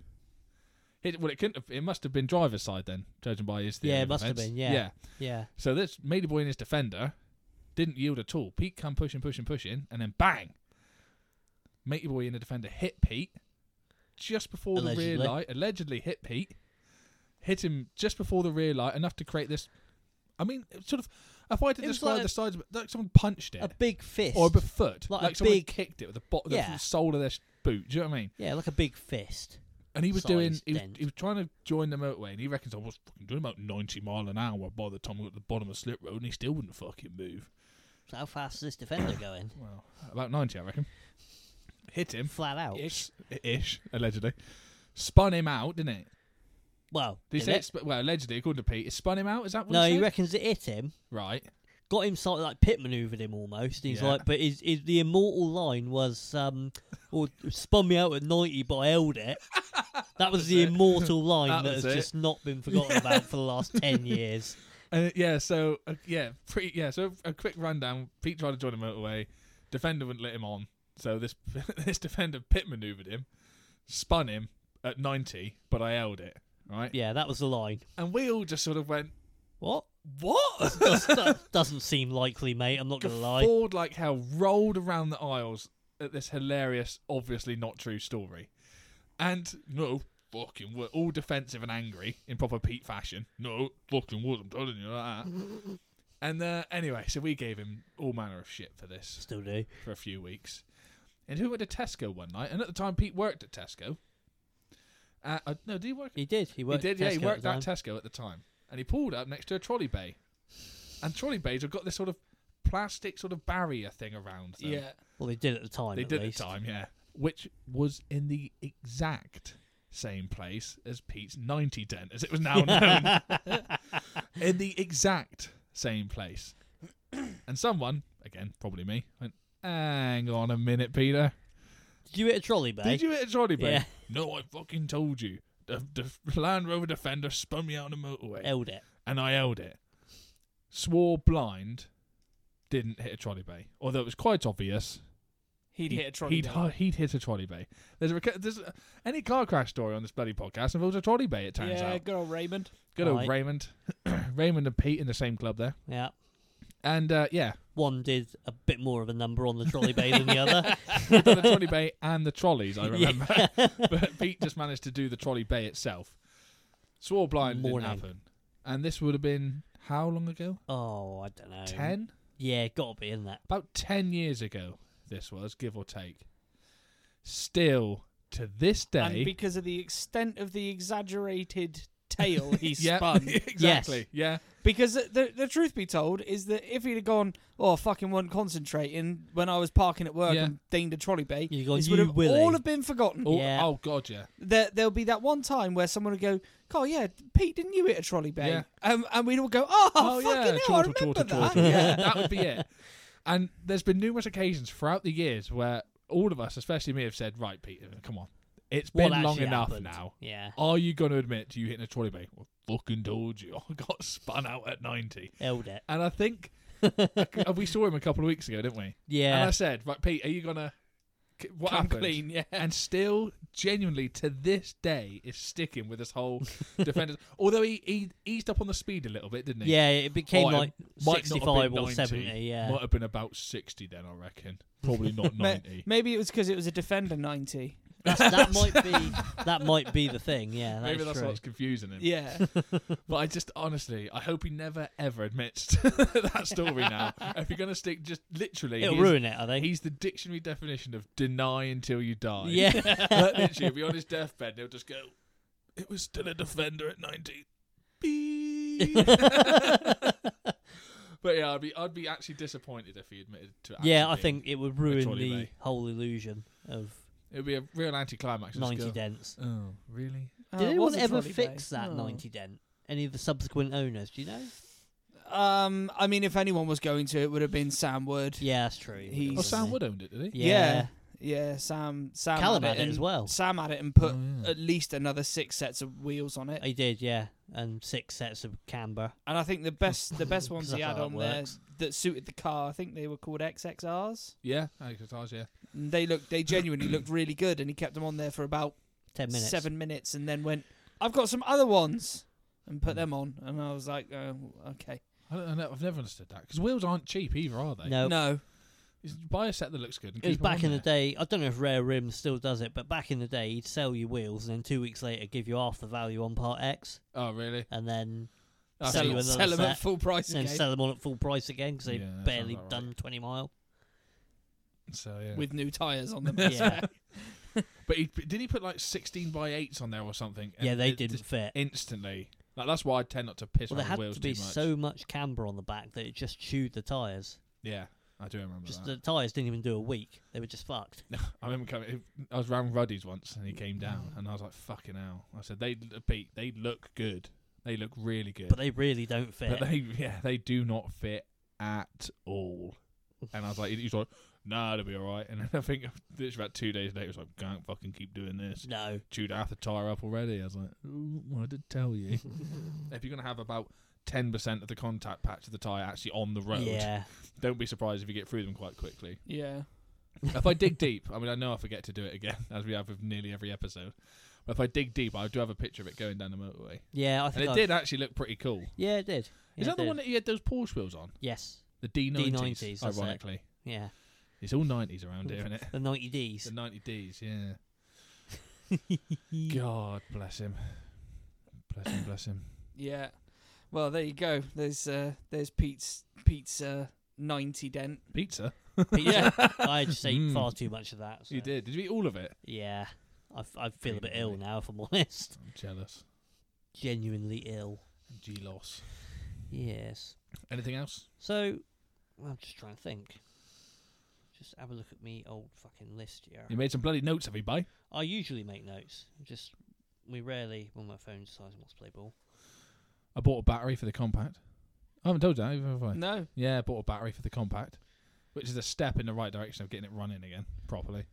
It, well, it couldn't. Have, it must have been driver's side then, judging by his. theory Yeah, it of must have events. been, yeah. yeah. Yeah. So this Matey Boy and his defender didn't yield at all. Pete come pushing, pushing, pushing, and then bang! Matey Boy and the defender hit Pete just before the Allegedly. rear light. Allegedly hit Pete. Hit him just before the rear light, enough to create this. I mean, it's sort of. If I had to It was describe like the a- sides, of it, like someone punched it, A big fist. or a foot, like like, a someone big- kicked it with the, bottom, Yeah. the sole of their sh- boot. Do you know what I mean? yeah, like a big fist. And he was Size doing. He was, dent. he was trying to join the motorway, and he reckons I was fucking doing about ninety mile an hour by the time we got to the bottom of slip road, and he still wouldn't fucking move. So how fast is this defender going? Well, about 90, I reckon. Hit him. Flat out. Ish, ish allegedly. Spun him out, didn't it? Well, Did he did say it? it? Sp- well, allegedly, according to Pete, it spun him out. Is that what no, he he said? reckons it hit him. right. Got him sort of like pit manoeuvred him almost. He's Yeah. like, but his, his the immortal line was, um, or spun me out at ninety, but I held it. That was the immortal line that, That has was it. just not been forgotten about for the last ten years. And it- yeah, so uh, yeah, pretty yeah. So a quick rundown. Pete tried to join the motorway. Defender wouldn't let him on. So this this defender pit manoeuvred him, spun him at 90, but I held it. Right. Yeah, that was the line. And we all just sort of went, What? what? that doesn't seem likely, mate. I'm not gonna lie. Ford like hell rolled around the aisles at this hilarious, obviously not true story. And no, fucking were all defensive and angry in proper Pete fashion. No, fucking was, I'm telling you that. and uh, anyway, so we gave him all manner of shit for this Still do. for a few weeks. And he went to Tesco one night, and at the time Pete worked at Tesco. Uh, uh, no, did he work? He did. He worked. he at did, yeah. He Tesco at worked the at time. Tesco at the time, and he pulled up next to a trolley bay, and trolley bays have got this sort of plastic sort of barrier thing around them. Yeah. Well, they did at the time. they at did least. at the time, yeah, which was in the exact same place as Pete's ninety dent, as it was now known, in the exact same place. And someone, again, probably me, went. Hang on a minute, Peter. Did you hit a trolley bay? Did you hit a trolley bay? Yeah. No, I fucking told you. The, the Land Rover Defender spun me out on the motorway Held it. and I held it. Swore blind, didn't hit a trolley bay. Although it was quite obvious He'd hit a trolley. he'd, though. hi- he'd hit a trolley bay. There's a rec- there's a, any car crash story on this bloody podcast involves a trolley bay. It turns yeah, out. good old Raymond. Good old Right. Raymond, Raymond and Pete in the same club there, Yeah. and uh, yeah, One did a bit more of a number on the trolley bay than the other. done the trolley bay and the trolleys. I remember, but Pete just managed to do the trolley bay itself. Swore blind Morning. didn't happen, and this would have been how long ago? Oh, I don't know. Ten. Yeah, gotta be in that. about 10 years ago this was give or take still to this day And because of the extent of the exaggerated tale he yeah spun. exactly yeah Because the, the the truth be told is that if he'd have gone, oh I fucking wasn't concentrating when I was parking at work Yeah. and dinged a trolley bay, You'd gone, this "You would have Willie." eh? all have been forgotten. oh, Yeah. oh god yeah There there'll be that one time where someone would go, oh yeah, Pete, didn't you hit a trolley bay? Yeah. Um, and we'd all go, oh, oh fucking yeah hell, I chortle, remember chortle, that. chortle. yeah that would be it and there's been numerous occasions throughout the years where all of us especially me have said right peter come on It's what been long actually enough happened. now. Yeah. Are you going to admit to you hitting a trolley bay? Well, fucking told you. I got spun out at 90. Held it. And I think we saw him a couple of weeks ago, didn't we? And Yeah. I said, right, Pete, are you going to. What Come happened? clean, yeah. And still, genuinely, to this day, is sticking with this whole defender. Although he, he eased up on the speed a little bit, didn't he? Yeah, it became Oh, it like might not have 65 been or 90. 70. Yeah. Might have been about 60 then, I reckon. Probably not Ma- 90. Maybe it was because it was a Defender 90. That's, that might be that might be the thing. Yeah. That Maybe is that's true. what's confusing him. Yeah. But I just honestly, I hope he never ever admits to that story now. if you're gonna stick, just literally, It'll he's, ruin it, I think. he's the dictionary definition of deny until you die. Yeah. Like, literally, he'll be on his deathbed. He'll just go, "It was still a defender at 19." Beep. but yeah, I'd be I'd be actually disappointed if he admitted to. actually yeah, I being- think it would ruin trolley the bay. whole illusion of it'd be a real anticlimax. Just 90 go, dents. Oh, really? Oh, Did it anyone was a ever trolley fix bay. that Oh. 90 dent? Any of the subsequent owners? Do you know? Um, I mean, if anyone was going to, it would have been Sam Wood. Yeah, that's true. It He's- Oh, was, Sam wasn't Wood owned it, did it? he? Yeah. Yeah, Sam. Sam Callum had it and- as well. Mm. Sam had it and put Oh, yeah. at least another six sets of wheels on it. He did, yeah. And six sets of camber. And I think the best the best 'Cause ones that's he how had that on there works. that suitted the car, I think they were called XXRs. yeah, I think it was, yeah. And they looked they genuinely looked really good and he kept them on there for about Ten minutes. seven minutes and then went, I've got some other ones and Mm. put them on and I was like, oh, okay. I don't know. I've never understood that because wheels aren't cheap either, are they? No. No. Is- buy a set that looks good. And It was keep 'em back on in the there. day. I don't know if Rare Rim still does it, but back in the day, he'd sell you wheels and then two weeks later give you half the value on part X Oh, really? and then That's Sell not- you Sell, another sell them at set. full price then again sell them on at full price again because they'd Yeah, that sounds barely about right. done 20 mile. So yeah. with new tyres on them. Yeah, but he, did he put like sixteen by eights on there or something? And yeah they it didn't just fit. instantly. Like that's why I tend not to piss Well, on there had wheels to be too much. so much camber on the back that it just chewed the tyres. yeah, I do remember Just that. the tyres didn't even do a week. They were just fucked. I remember coming. I was round Ruddy's once, and he came down, and I was like, "Fucking hell!" I said, "They uh, Pete, they look good. They look really good, But they really don't fit. but they yeah, they do not fit at all." And I was like, "He's like, nah, it'll be all right." And then I think it's about two days later, he was like, "Can't fucking keep doing this." no. chewed half the tire up already. I was like, Ooh, I did tell you. if you're going to have about 10% of the contact patch of the tire actually on the road, Yeah. don't be surprised if you get through them quite quickly. Yeah. if I dig deep, I mean, I know I forget to do it again, as we have with nearly every episode. But if I dig deep, I do have a picture of it going down the motorway. Yeah, I And think it I've- did actually look pretty cool. Yeah, it did. Is Yeah, that it the did. one that you had those Porsche wheels on? Yes. The D90s, D90s, that's it. ironically. Yeah. It's all 90s around here, isn't it? The 90Ds. The 90Ds, yeah. God bless him. Bless him, bless him. Yeah. Well, there you go. There's uh, there's Pete's Pete's uh, 90 dent. Pizza? But yeah, I just ate Mm. far too much of that. so- You did. Did you eat all of it? Yeah. I, f- I feel a bit Pretty ill annoying. now, if I'm honest. I'm jealous. Genuinely ill. G loss. Yes. Anything else? So, I'm just trying to think. Just have a look at me old fucking list here. You made some bloody notes, have you, bye? I usually make notes. Just we rarely when my phone decides it wants to play ball. I bought a battery for the compact. I haven't told you that, either, have I? No. Yeah, I bought a battery for the compact, which is a step in the right direction of getting it running again properly.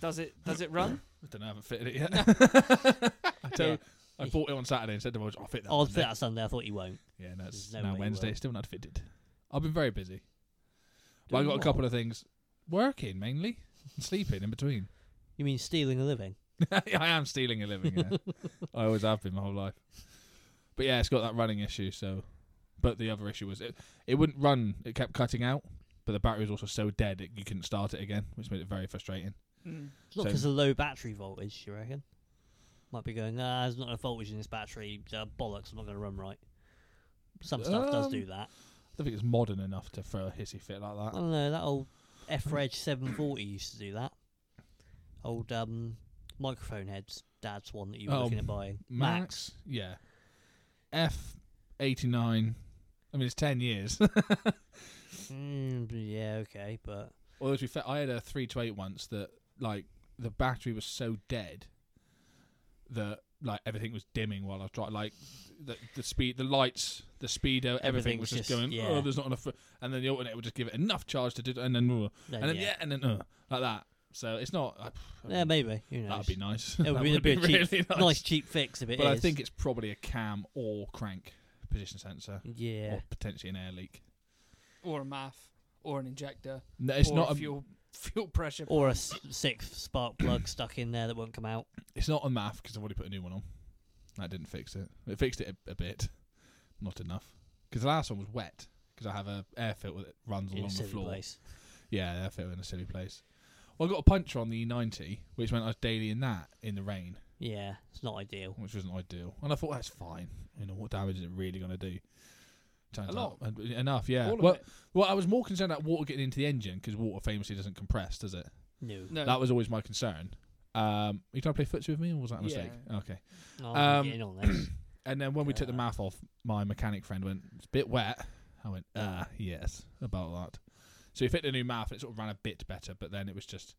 Does it does it run? I don't know, I haven't fitted it yet. I, Yeah. told, I bought it on Saturday and said to my wife, I'll fit that. Oh, one th- day." that's Sunday. I thought you won't. Yeah, no, it's There's no now way you Wednesday. will. It's still not fitted. I've been very busy. But Doing I've got what? a couple of things. Working mainly, and sleeping in between. You mean stealing a living? I am stealing a living. Yeah, I always have been my whole life. But yeah, it's got that running issue. So, but the other issue was it it wouldn't run. It kept cutting out. But the battery was also so dead that you couldn't start it again, which made it very frustrating. Mm. It's not So- because of low battery voltage. You reckon? Might be going. Nah, there's not enough voltage in this battery. Uh, bollocks! I'm not going to run right. Some stuff does Um, do that. I don't think it's modern enough to throw a hissy fit like I that. don't know. That old F Reg 740 used to do that. Old um, microphone heads. Dad's one that you were Oh, looking at buying. Max, yeah. F eighty nine. I mean, it's ten years. Mm, yeah. Okay. But Although to be fair, I had a three to eight once that like the battery was so dead that like everything was dimming while I was driving. Like the the speed, the lights, the speedo, everything Everything's was just, just- going. yeah. Oh, there's not enough. And then the alternate would just give it enough charge to do, and then uh, then, and then yeah. yeah, and then uh, like that. So it's not. I, I yeah, mean, maybe. Who knows? that'd be nice. It That would be, would a bit be cheap, really nice. cheap fix if it is. but I think it's probably a cam or crank position sensor, yeah. or potentially an air leak. or a math, or an injector, No, it's or not a a fuel fuel pressure. Or a s- sixth spark plug stuck in there that won't come out. It's not a math because I've already put a new one on. That didn't fix it. It fixed it a, a bit, not enough. Because the last one was wet. Because I have a air filter that runs in a along the silly floor. place. Yeah, air filter in a silly place. Well, I got a puncture on the E90, which meant I was daily in that in the rain, Yeah, it's not ideal. which wasn't ideal. And I thought that's fine. You know, what damage is it really going to do? Turns A lot. out- en- enough, yeah. all of well, it. well, I was more concerned about water getting into the engine because water famously doesn't compress, does it? No. No, That was always my concern. Um, you trying to play footsie with me, or was that a mistake? Yeah. Okay. Oh, I'm Um, getting on this. And then when we took the Uh. math off, my mechanic friend went, "It's a bit wet." I went, "Ah, yes, about that." So he fit the new math, and it sort of ran a bit better. But then it was just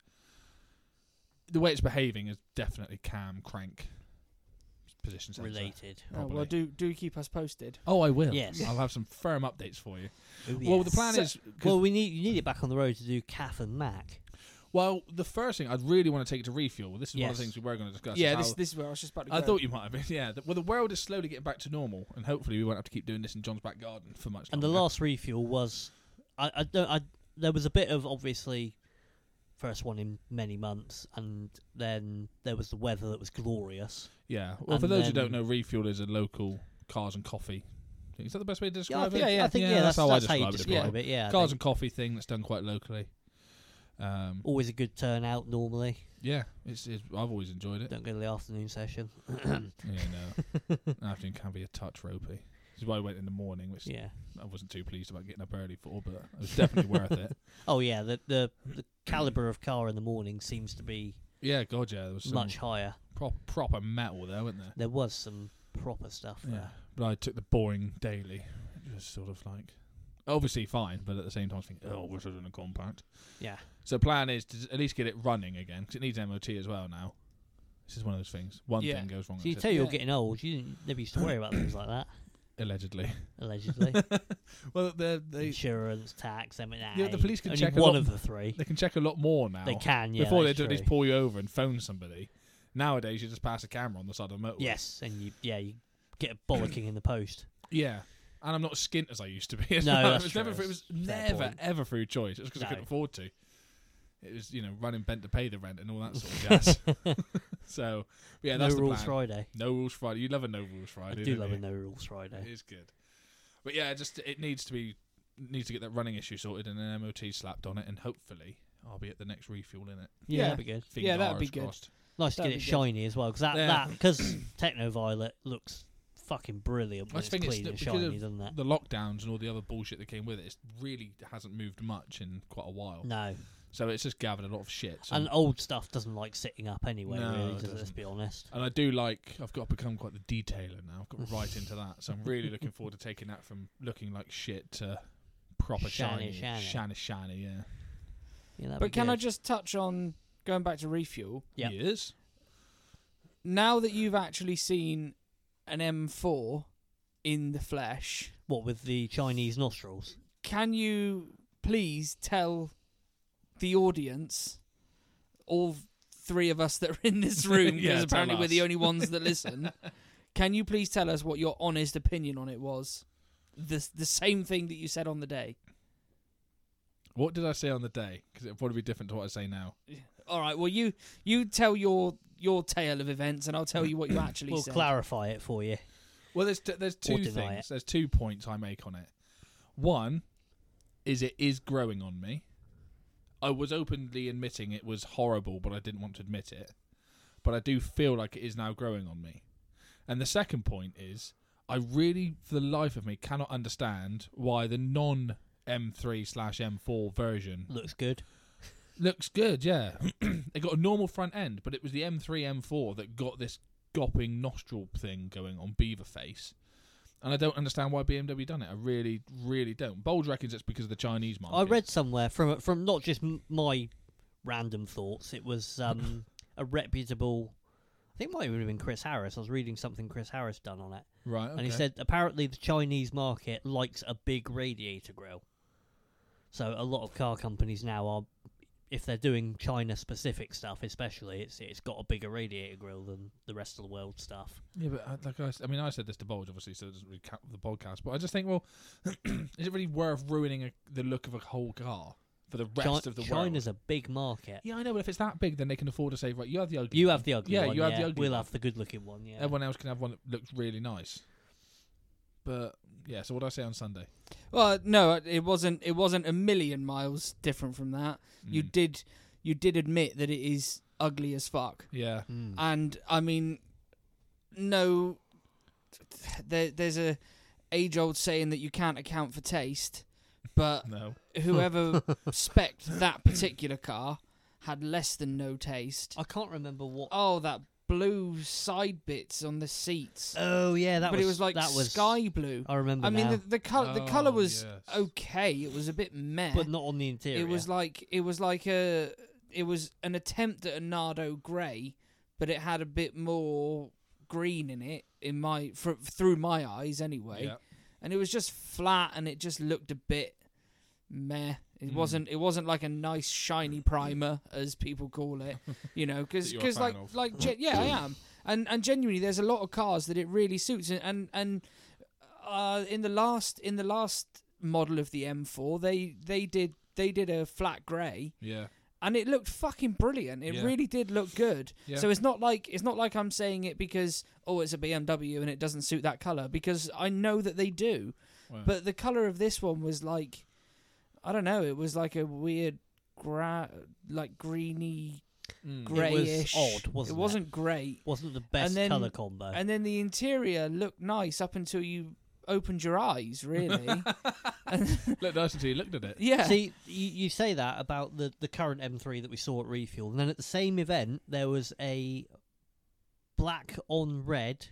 the way it's behaving is definitely cam crank position sensor. related. Oh, well, probably. do do keep us posted. Oh, I will. Yes. I'll have some firm updates for you. Oh, Well, yes. the plan So- is 'cause- Well, we need you need it back on the road to do CAF and MAC. well, the first thing I'd really want to take to refuel. This is one of the Yes. things we were going to discuss. is yeah, how- this this is where I was just about to go. I thought you might have been. Yeah. The, well, the world is slowly getting back to normal, and hopefully we won't have to keep doing this in John's back garden for much And longer. the last refuel was, I, I don't, I there was a bit of obviously, first one in many months, and then there was the weather that was glorious. Yeah. Well, for And those who don't know, then- refuel is a local cars and coffee. thing. Is that the best way to Yeah, I describe think, it? I think yeah, that's, how that's I how you describe, it. describe it. Yeah, I Cars think and coffee thing that's done quite locally. Um, always a good turnout normally. yeah, it's, it's I've always enjoyed it. Don't go to the afternoon session. Yeah, no, afternoon can be a touch ropey. This is why I went in the morning, which yeah. I wasn't too pleased about getting up early for, but it was definitely worth it. Oh yeah, the the, the caliber of car in the morning seems to be Yeah, God, yeah, there was some much higher. prop, proper metal there, wasn't there? There was some proper stuff Yeah, there. but I took the boring daily. It was sort of like, obviously fine, but at the same time, I was thinking, oh, we're sort of in a compact. Yeah. So plan is to at least get it running again because it needs MOT as well now. This is one of those things. One Yeah. thing goes wrong. So you that's tell you're Yeah. getting old. You didn't, never used to worry about things like that. it. allegedly. Allegedly, Well, the they insurance, tax, M and A. Yeah, the police can only check a one lot of the three. they can check a lot more now. They can. Yeah, Before they that's do, they just true. pull you over and phone somebody. Nowadays, you just pass a camera on the side of the motorway. Yes, and you yeah you get a bollocking in the post. Yeah. And I'm not skint as I used to be. as No, well. it that's was true. never, it was Fair never point. ever through choice. It was because I No. couldn't afford to. It was you know running bent to pay the rent and all that sort of jazz. so yeah, that's no the rules plan. Friday. No rules Friday. You love a no rules I Friday. do don't love you? a no rules Friday. It is good. But yeah, just it needs to be needs to get that running issue sorted and an MOT slapped on it, and hopefully I'll be at the next refuel in it. Yeah, Yeah. that'd be good. Fingers Yeah, that'd be good. crossed. Nice to That'd get it be good. shiny as well because that Yeah. that because Techno Violet looks fucking brilliant I when it's think it's clean the- and because of shiny, doesn't it? The lockdowns and all the other bullshit that came with it, it really hasn't moved much in quite a while. No, So it's just gathered a lot of shit. So. and And, old stuff doesn't like sitting up anyway. No, really, it does it? let's doesn't. be honest. I do like I've got to become quite the detailer now. I've got right into that, so I'm really looking forward to taking that from looking like shit to proper Shiny, shiny, shiny. shiny, shiny. Yeah. Yeah, that'd But be can I good. just touch on going back to refuel? Yep. Yes. Now that you've actually seen an M4 in the flesh, what with the Chinese nostrils? can you please tell the audience, all three of us that are in this room, because Yeah, tell apparently we're the us. only ones that listen, can you please tell us what your honest opinion on it was? The the same thing that you said on the day. What did I say on the day? Because it'll probably be different to what I say now. All right. Well, you you tell your your tale of events, and I'll tell you what you actually We'll said. clarify it for you. Well, there's t- there's two deny things. There's two points I make on it. One is it is growing on me. I was openly admitting it was horrible, but I didn't want to admit it. But I do feel like it is now growing on me. And the second point is I really, for the life of me, cannot understand why the non M3 slash M4 version Looks good. Looks good, yeah. it got a normal front end, but it was the M3, M4 that got this gopping nostril thing going on Beaver Face. And I don't understand why BMW done it. I really, really don't. Bold reckons it's because of the Chinese market. I read somewhere from from not just m- my random thoughts. It was um, a reputable. I think it might even have been Chris Harris. I was reading something Chris Harris done on it, right, okay. and he said apparently the Chinese market likes a big radiator grill. So a lot of car companies now are if they're doing China specific stuff, especially, it's it's got a bigger radiator grill than the rest of the world stuff. Yeah, but I, like I, s- I mean, I said this to Bulge, obviously, so it doesn't really count for the podcast. But I just think, well, is it really worth ruining a, the look of a whole car for the Chi- rest of the world? China's a big market. Yeah, I know, but if it's that big, then they can afford to say, right, you have the ugly. You one. have the ugly Yeah, one. you have the ugly We'll one. have the good looking one. Yeah. Everyone else can have one that looks really nice. But yeah, so what did I say on Sunday? Well, no, it wasn't. It wasn't a million miles different from that. You Mm. did, you did admit that it is ugly as fuck, Yeah, Mm. and I mean, no, there, there's a age old saying that you can't account for taste, but no. whoever spec'd that particular car had less than no taste. I can't remember what. Oh, that blue side bits on the seats, Oh yeah, that but was it was like that was sky blue. I remember. I mean, now, the, the color, the Oh, color was yes. okay. It was a bit meh. but not on the interior. It was like it was like a it was an attempt at a Nardo grey, but it had a bit more green in it in my fr- through my eyes anyway. Yeah. And it was just flat and it just looked a bit meh. It Mm. wasn't it wasn't like a nice shiny primer as people call it, you know, cuz That you're a fan like of. like gen- yeah, I am. And and genuinely there's a lot of cars that it really suits and and, and uh, in the last in the last model of the M4, they they did they did a flat grey, Yeah, and it looked fucking brilliant. It Yeah. really did look good. Yeah. So it's not like it's not like I'm saying it because oh it's a BMW and it doesn't suit that color because I know that they do. Wow. But the color of this one was like I don't know. It was like a weird gra- like greeny Hmm. Mm. grayish. odd, wasn't it? wasn't great. wasn't the best then- color combo. And then the interior looked nice up until you opened your eyes, really. looked nice until you looked at it. yeah. See, you, you say that about the, the current M3 that we saw at Refuel, and then at the same event there was a black on red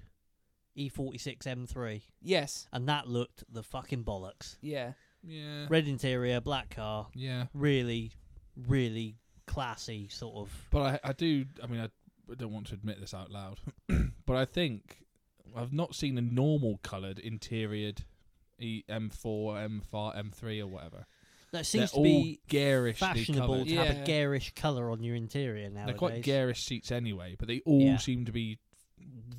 E E46 M3, yes. and that looked the fucking bollocks. Yeah. Yeah, Red interior, black car, yeah. really, really classy sort of. But I, I do. I mean, I don't want to admit this out loud, but I think I've not seen a normal coloured interiored E M four, M four, M three, or whatever. That seems They're to all be garishly fashionable coloured. to have Yeah. a garish color on your interior nowadays. They're quite garish seats anyway, but they all Yeah. seem to be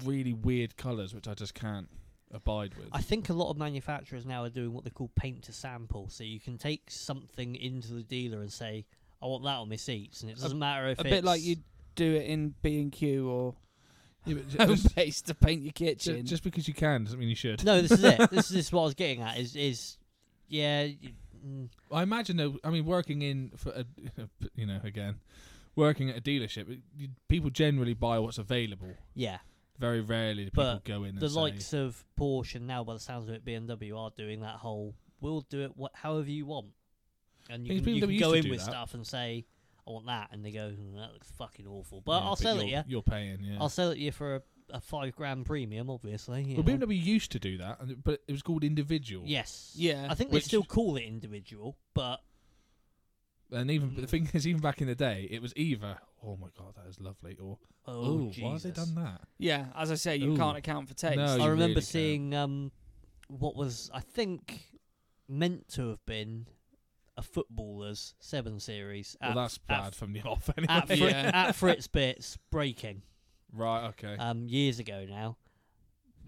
really weird colours, which I just can't abide with. I think a lot of manufacturers now are doing what they call paint to sample. So you can take something into the dealer and say, I want that on my seats. And it doesn't matter if A it's. bit like you do it in B and Q or Yeah, but ju- home just, base to paint your ju- kitchen. just because you can doesn't mean you should. No, this is it. this, is, this is what I was getting at is, is yeah. you- mm, I imagine though. I mean, working in for a, you know again, working at a dealership, it- you, people generally buy what's available. Yeah. Very rarely do people But go in. The and say, likes of Porsche and now, by the sounds of it, BMW are doing that whole we'll do it what, however you want. And Things you can, you BMW can used go to in do with that. stuff and say, I want that. And they go, "Mm, that looks fucking awful. But Yeah, I'll sell it, you're, yeah. You're paying, yeah. I'll sell it to you for a, a five grand premium, obviously. you well, know. BMW used to do that, and it- but it was called individual. Yes. Yeah. I think Which- they still call it individual, but And even but the Mm. thing is, even back in the day, it was either oh my god, that is lovely, or oh, Jesus. why have they done that? yeah, as I say, you Ooh. can't account for taste. No, Oh, you I remember really can't. seeing um, what was I think meant to have been a footballer's seven series Well, at, that's at- bad from the off anyway. at, Fri- Yeah. at Fritz Bits breaking right, okay. um years ago now.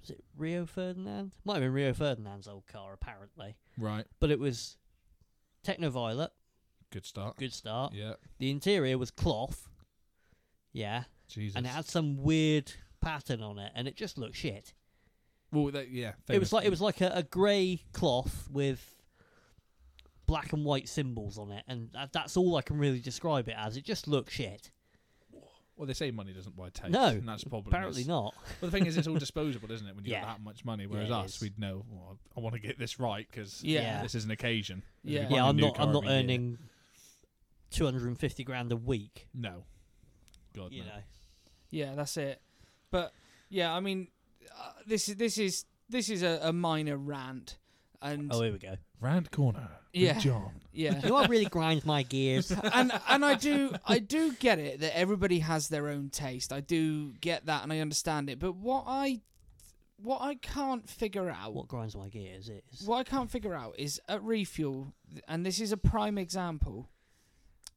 Was it Rio Ferdinand? Might have been Rio Ferdinand's old car apparently, right, but it was techno violet. good start. Good start. Yeah, The interior was cloth. Yeah. Jesus. and it had some weird pattern on it, and it just looked shit. well, that, yeah, It was like it was like a, a grey cloth with black and white symbols on it, and that, that's all I can really describe it as. It just looked shit. Well, they say money doesn't buy taste. No, and that's the problem. Apparently is- not. Well, the thing is, it's all disposable, isn't it? When you have Yeah. got that much money, whereas it us, is. we'd know. Well, I want to get this right because Yeah. this is an occasion. If Yeah. you buy Yeah, a I'm new not. car I'm not every year- earning two hundred and fifty grand a week. No, God, You no. know, Yeah, that's it. But yeah, I mean, uh, this is this is this is a, a minor rant, and oh here we go. Rant corner. with Yeah. John. yeah, You know what really grinds my gears? and and I do I do get it that everybody has their own taste. I do get that and I understand it. But what I what I can't figure out What grinds my gears is what I can't figure out is at refuel and this is a prime example.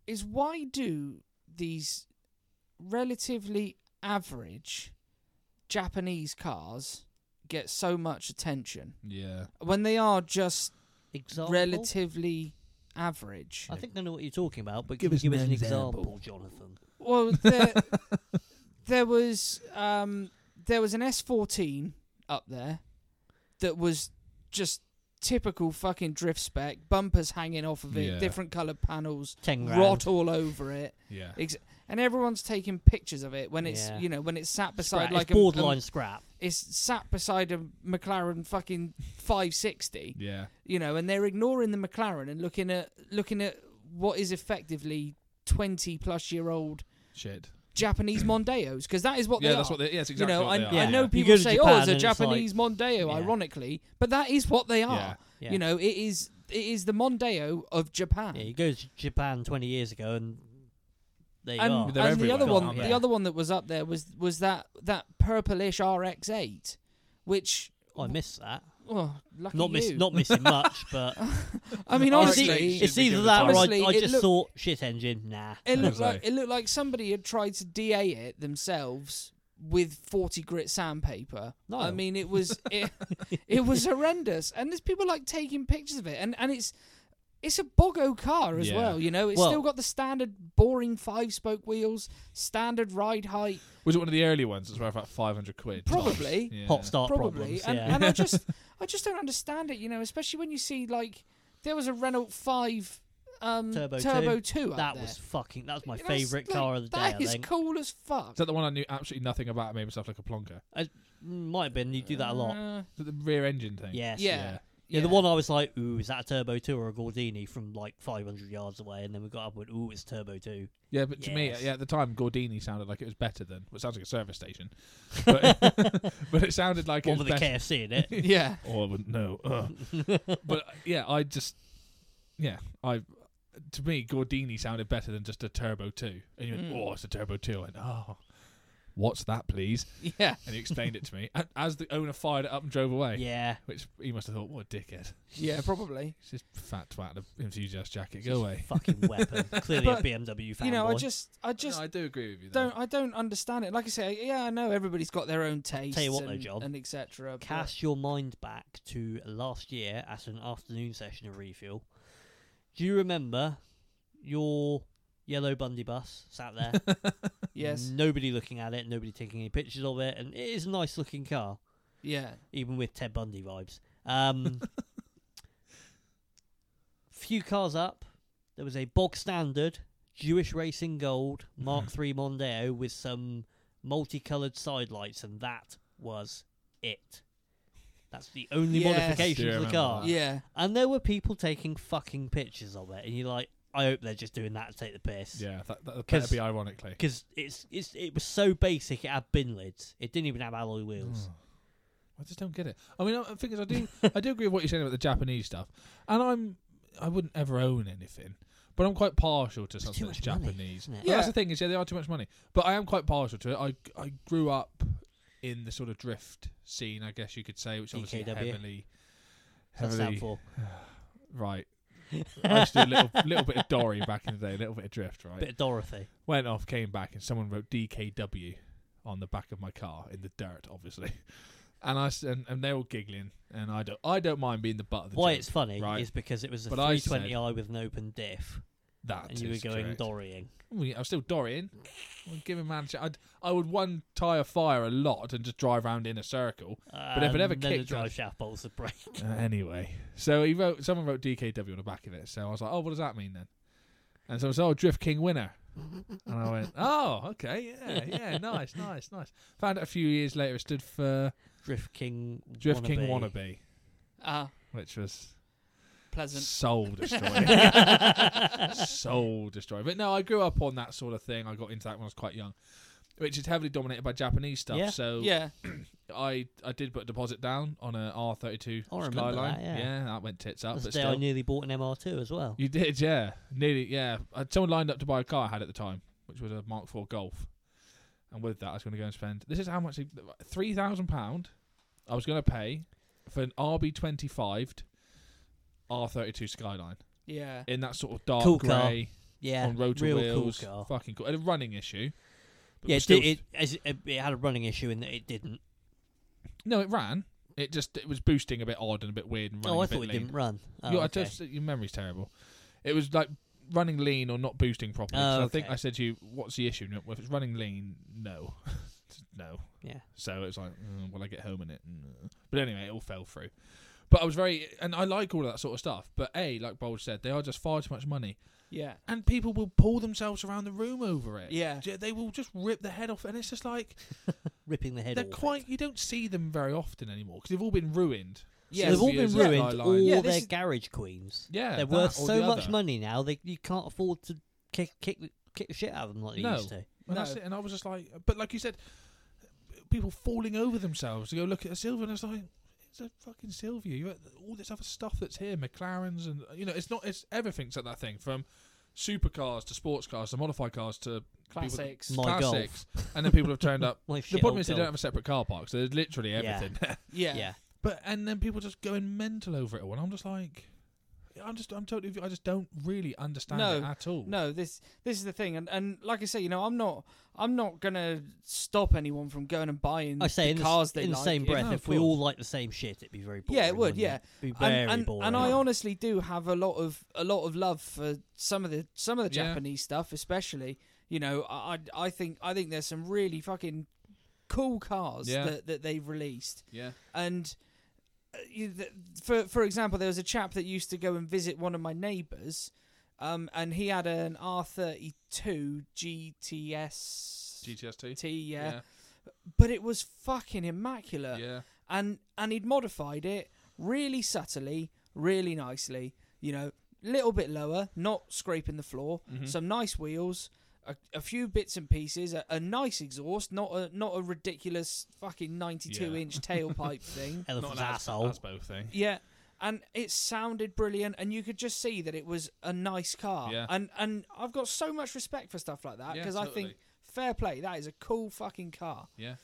is why do these relatively average Japanese cars get so much attention Yeah. when they are just Example. relatively average? I think I know what you're talking about, but Give give can us you give an us an example. example, Jonathan? Well, there, there was um, there was an S14 up there that was just typical fucking drift spec, bumpers hanging off of it, Yeah. different coloured panels, Ten grand. rot all over it, Yeah. ex- and everyone's taking pictures of it when it's Yeah. you know when it's sat beside Scrap. like it's borderline scrap. A, it's sat beside a McLaren fucking 560, Yeah. you know, and they're ignoring the McLaren and looking at looking at what is effectively 20 plus year old Shit. Japanese Mondeos because that is what yeah, they that's are. what they. Yes, you exactly. know, what I, they are. yeah. I know You people go to say, Japan "Oh, it's and a it's Japanese Mondeo," yeah. ironically, but that is what they are. Yeah. You know, it is it is the Mondeo of Japan. Yeah, you go to Japan 20 years ago and there you are. and They're and the other everywhere, one, aren't the they? other one that was up there was was that that purplish RX8, which Oh, I miss that. oh, lucky Not miss, you. not missing much, but I mean, RX8 honestly, should it's be either given that or Honestly, I, I it just look- thought shit engine. Nah, It looked Exactly. like it looked like somebody had tried to DA it themselves with forty grit sandpaper. No. I mean, it was it, it was horrendous, and there's people like taking pictures of it, and and it's it's a bogo car as Yeah. well. You know, it's Well- still got the standard boring five spoke wheels, standard ride height, Was it one of the early ones that's worth about five hundred quid? Probably. Yeah. pop start probably. problems. and yeah. and I just I just don't understand it. You know, especially when you see like there was a Renault five. Um, Turbo Turbo, two. two. up that there. was fucking. That was my That's, favourite like, car of the day. I That is think cool as fuck. Is that the one I knew absolutely nothing about? and Made myself like a plonker. Mm, might have been. You do that a lot. Uh, Is it The rear engine thing. Yes. yeah. Yeah. Yeah, the one I was like, ooh, is that a Turbo 2 or a Gordini from like 500 yards away? And then we got up and went, ooh, it's Turbo 2. Yeah, but to me, Yes. yeah, at the time, Gordini sounded like it was better than. Well, it sounds like a service station, but, but it sounded like One it was with the better. KFC in it. Yeah. Oh, I wouldn't know. Ugh. but yeah, I just yeah, I to me Gordini sounded better than just a Turbo Two, and you went, Mm. oh, it's a Turbo Two. I went, oh, what's that, please? Yeah. And he explained it to me and as the owner fired it up and drove away. yeah. Which he must have thought, what a dickhead! Yeah, probably. It's just fat twat in a enthusiast jacket. Go away. Fucking weapon. Clearly But, a BMW fanboy. you know, I just I just No, I do agree with you. though. don't I don't understand it. Like I say, yeah, I know everybody's got their own taste what though, and, John. and etc. Cast your mind back to last year at an afternoon session of refuel. Do you remember your yellow Bundy bus sat there? Yes. Nobody looking at it, nobody taking any pictures of it, and it is a nice looking car, Yeah. even with Ted Bundy vibes. Um, few cars up. There was a bog standard Jewish Racing Gold Mm-hmm. Mark III Mondeo with some multicoloured side lights, and that was it. That's the only Yes. modification Do to the remember car. that. Yeah. And there were people taking fucking pictures of it, and you're like, I hope they're just doing that to take the piss. Yeah, that, that better 'Cause- be ironically. Because it's, it's it was so basic, it had bin lids. It didn't even have alloy Mm. wheels. Oh. I just don't get it. I mean, I think is I do, I do agree with what you're saying about the Japanese stuff, and I'm, I wouldn't ever own anything, but I'm quite partial to something too that's much money, Japanese. isn't it? Well, that's Yeah. the thing is, yeah, they are too much money, but I am quite partial to it. I, I grew up in the sort of drift scene, I guess you could say, which obviously DKW. heavily, What's that stand heavily for? right. I used to do a little, little bit of dory back in the day, a little bit of drift, right? Bit of Dorothy. Went off, came back, and someone wrote DKW on the back of my car in the dirt, obviously. And I s- and, and they're all giggling, and I don't I don't mind being the butt of the Why joke. it's funny right. is because it was a But I 320i with an open diff, that and you were is going correct. Dorrying. I mean, I'm still Dorian. I'm giving man. a ch- I'd, I would one tire fire a lot and just drive around in a circle. But if it ever Um, then the kicked drive us- shaft bolts would break. Uh, anyway, so he wrote. Someone wrote DKW on the back of it. So I was like, oh, what does that mean then? And so I was oh, Drift King winner. And I went, oh, okay, yeah, yeah, nice, nice, nice. Found out a few years later it stood for Drift King. Drift wannabe. King wannabe, Ah, which was pleasant. soul destroyer. soul destroyer. But no, I grew up on that sort of thing. I got into that when I was quite young, which is heavily dominated by Japanese stuff. Yeah. So Yeah. I I did put a deposit down on a R thirty two I remember Skyline. that, yeah. that went tits up. That's the but day I still. nearly bought an MR2 as well. You did, yeah. Nearly, yeah. I had someone lined up to buy a car I had at the time, which was a Mark IV Golf. And with that, I was going to go and spend. This is how much they- three thousand pound. I was going to pay for an RB twenty five R thirty two Skyline Yeah. in that sort of dark Cool car. grey. Yeah, on road to real wheels. cool car. Fucking cool. And A running issue. but yeah, was it, did, still- it, as- it, it had a running issue in that it didn't. no, it ran. It just it was boosting a bit odd and a bit weird and running Oh, I a bit thought it lean. didn't run. Oh, your, I okay. just- your memory's terrible. It was like running lean or not boosting properly. 'cause Oh, I think okay. I said to you, "What's the issue?" No, If it's running lean, no, no. Yeah. So it's like, mm, will I get home in it? Mm. But anyway, it all fell through. But I was very, and I like all of that sort of stuff. But a, like Bold said, they are just far too much money, Yeah. and people will pull themselves around the room over it. Yeah. J- they will just rip the head off, and it's just like ripping the head they're off. it. quite. You don't see them very often anymore because they've all been ruined. Yeah. So they've all Yes. been Yeah. ruined. Yeah, All this their is- garage queens. Yeah, They're that worth or so the much other. money now. They you can't afford to kick kick the- kick the shit out of them like you No. used to. And No. that's it. And I was just like, but like you said, people falling over themselves to go look at a Silver, and it's like, it's a fucking Silvia. You all this other stuff that's here, McLarens, and you know, it's not. It's everything's at that thing from supercars to sports cars to modified cars to Classics. My golf. classics. and then people have turned up. My The shit problem old is they don't dog. have a separate car park, so there's literally Yeah. everything. yeah. Yeah, but and then people just going mental over it all, and I'm just like, I'm just, I'm totally, I just don't really understand No. it at all. No, this this is the thing, and and like I say, you know, I'm not I'm not gonna stop anyone from going and buying I say the in the, s- cars they in the like. same It- breath. No, of if we course. all like the same shit, it'd be very boring. Yeah, it would, wouldn't yeah. It'd be And- very and, boring. and I honestly do have a lot of a lot of love for some of the some of the Yeah. Japanese stuff, especially. You know, I I I think I think there's some really fucking cool cars Yeah. that, that they've released, Yeah. and uh, you, th for for example, there was a chap that used to go and visit one of my neighbours, um, and he had an R32 GTS. GTS T, yeah, but it was fucking immaculate yeah. and and he'd modified it really subtly, really nicely. You know, little bit lower, not scraping the floor. Mhm. Some nice wheels, a, a few bits and pieces, a, a nice exhaust, not a not a ridiculous fucking ninety-two Yeah. inch tailpipe thing. elephant's an asshole. That's both thing. Yeah. And it sounded brilliant, and you could just see that it was a nice car. Yeah. And and I've got so much respect for stuff like that Yeah, because I think totally. fair play, that is a cool fucking car. Yeah.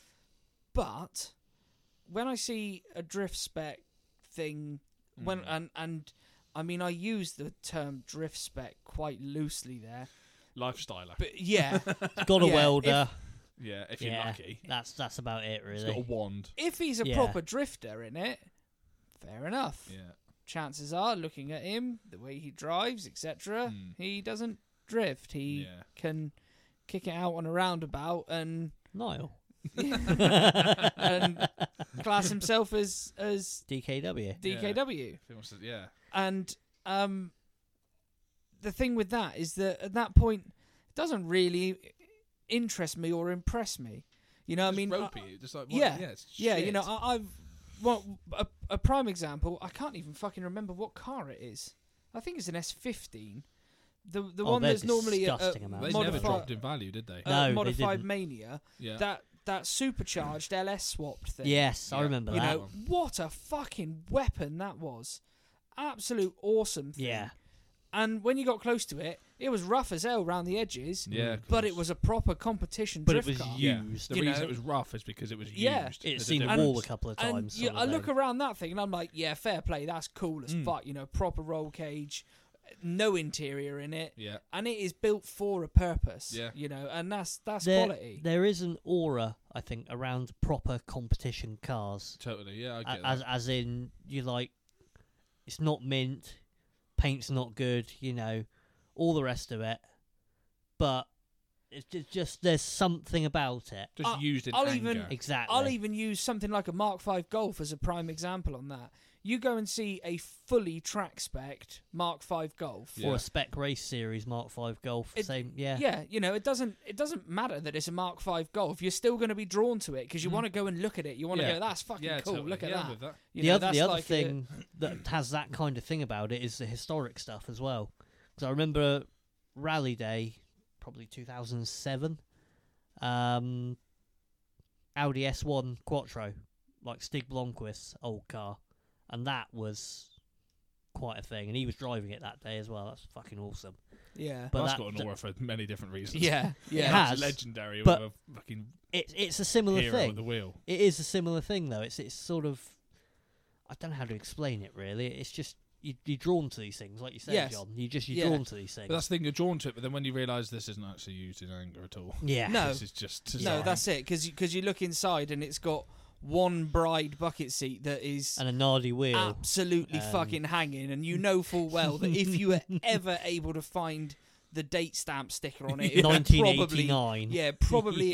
But when I see a drift spec thing, when Mm. and and I mean I use the term drift spec quite loosely there, Lifestyler. but yeah, Got a Yeah, if- welder. yeah, if you're yeah, lucky. that's that's about it It's got a really. wand. if he's a Yeah. proper drifter in it, fair enough. Yeah. Chances are, looking at him, the way he drives, etc., Mm. he doesn't drift. He Yeah. can kick it out on a roundabout and Nile. and class himself as as DKW. Yeah. DKW. If he wants to, yeah. And um, the thing with that is that at that point, it doesn't really interest me or impress me. You know, I Just mean, I- ropey. Just like, what- yeah, yeah, it's yeah, you shit. know, I, I've well, a, a prime example. I can't even fucking remember what car it is. I think it's an S15. The the Oh, one they're that's normally a, a disgusting amounts they of never modifi- dropped in value, did they? a No, they modified didn't. Mania. yeah. Uh, That that supercharged LS swapped thing. Yes, I Yeah. remember you that. know one. what a fucking weapon that was. Absolute awesome thing. yeah, And when you got close to it, it was rough as hell round the edges. yeah. of But course. it was a proper competition but it drift was car. Yeah. used. The you reason know. it was rough is because it was Yeah. used. It's There's a seen the difference. wall a couple of And times. yeah, sort I of look thing. around that thing and I'm like, yeah, fair play. That's cool as Mm. fuck. You know, proper roll cage, no interior in it, Yeah. and it is built for a purpose. Yeah. you know, and that's that's There- quality. there is an aura, I think, around proper competition cars. Totally. Yeah. I get A- that. as as in you like it's not mint paint's not good you know all the rest of it but it's ju- just there's something about it Just I'll- used in Uh, I'll anger. even- exactly I'll even use something like a Mark V Golf as a prime example on that. You go and see a fully track spec Mark V Golf. Yeah. or a spec race series mark 5 golf It- same yeah Yeah, you know, it doesn't it doesn't matter that it's a Mark V Golf. You're still going to be drawn to it because you Mm. want to go and look at it. You want to Yeah. go, that's fucking yeah, cool. Totally. Look at yeah, I'm that. with that. You the know, other that's the other like a- thing that has that kind of thing about it is the historic stuff as well. Because I remember Rally Day, probably 2007, um, Audi S1 Quattro, like Stig Blomqvist's old car, and that was quite a thing. And he was driving it that day as well. That's fucking awesome. yeah. But That's that- got an that- aura for many different reasons. yeah, It yeah, has. It's legendary but- with a fucking It's it's a similar hero thing. at the wheel. It is a similar thing though. It's it's sort of I don't know how to explain it really. It's just you, you're drawn to these things, like you said, Yes. John. You just you're Yeah. drawn to these things. But that's the thing, you're drawn to it, but then when you realise this isn't actually used in anger at all, yeah. No. this is just no, design. that's it. Because because you look inside and it's got one bride bucket seat that is And a nardy wheel. absolutely Um, fucking hanging, and you know full well that if you were ever able to find the date stamp sticker on it, it would probably 1989. yeah probably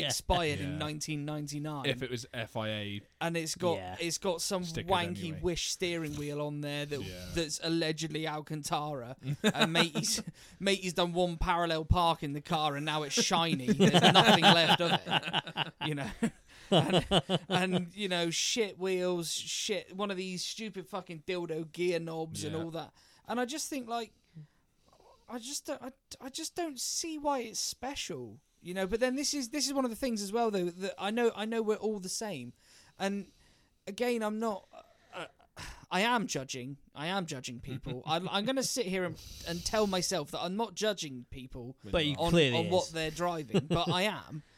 Yeah. expired Yeah. in 1999, If it was FIA, and it's got Yeah. it's got some Stickers wanky anyway. wish steering wheel on there that Yeah. that's allegedly Alcantara, and matey's matey's done one parallel park in the car, and now it's shiny. There's nothing left of it, you know. and, and you know shit wheels shit one of these stupid fucking dildo gear knobs and Yeah. all that and i just think like i just don't I, I just don't see why it's special you know but then this is this is one of the things as well though that i know i know we're all the same and again i'm not uh, i am judging i am judging people I, i'm going to sit here and, and tell myself that i'm not judging people But you on, clearly on is. what they're driving, but I am.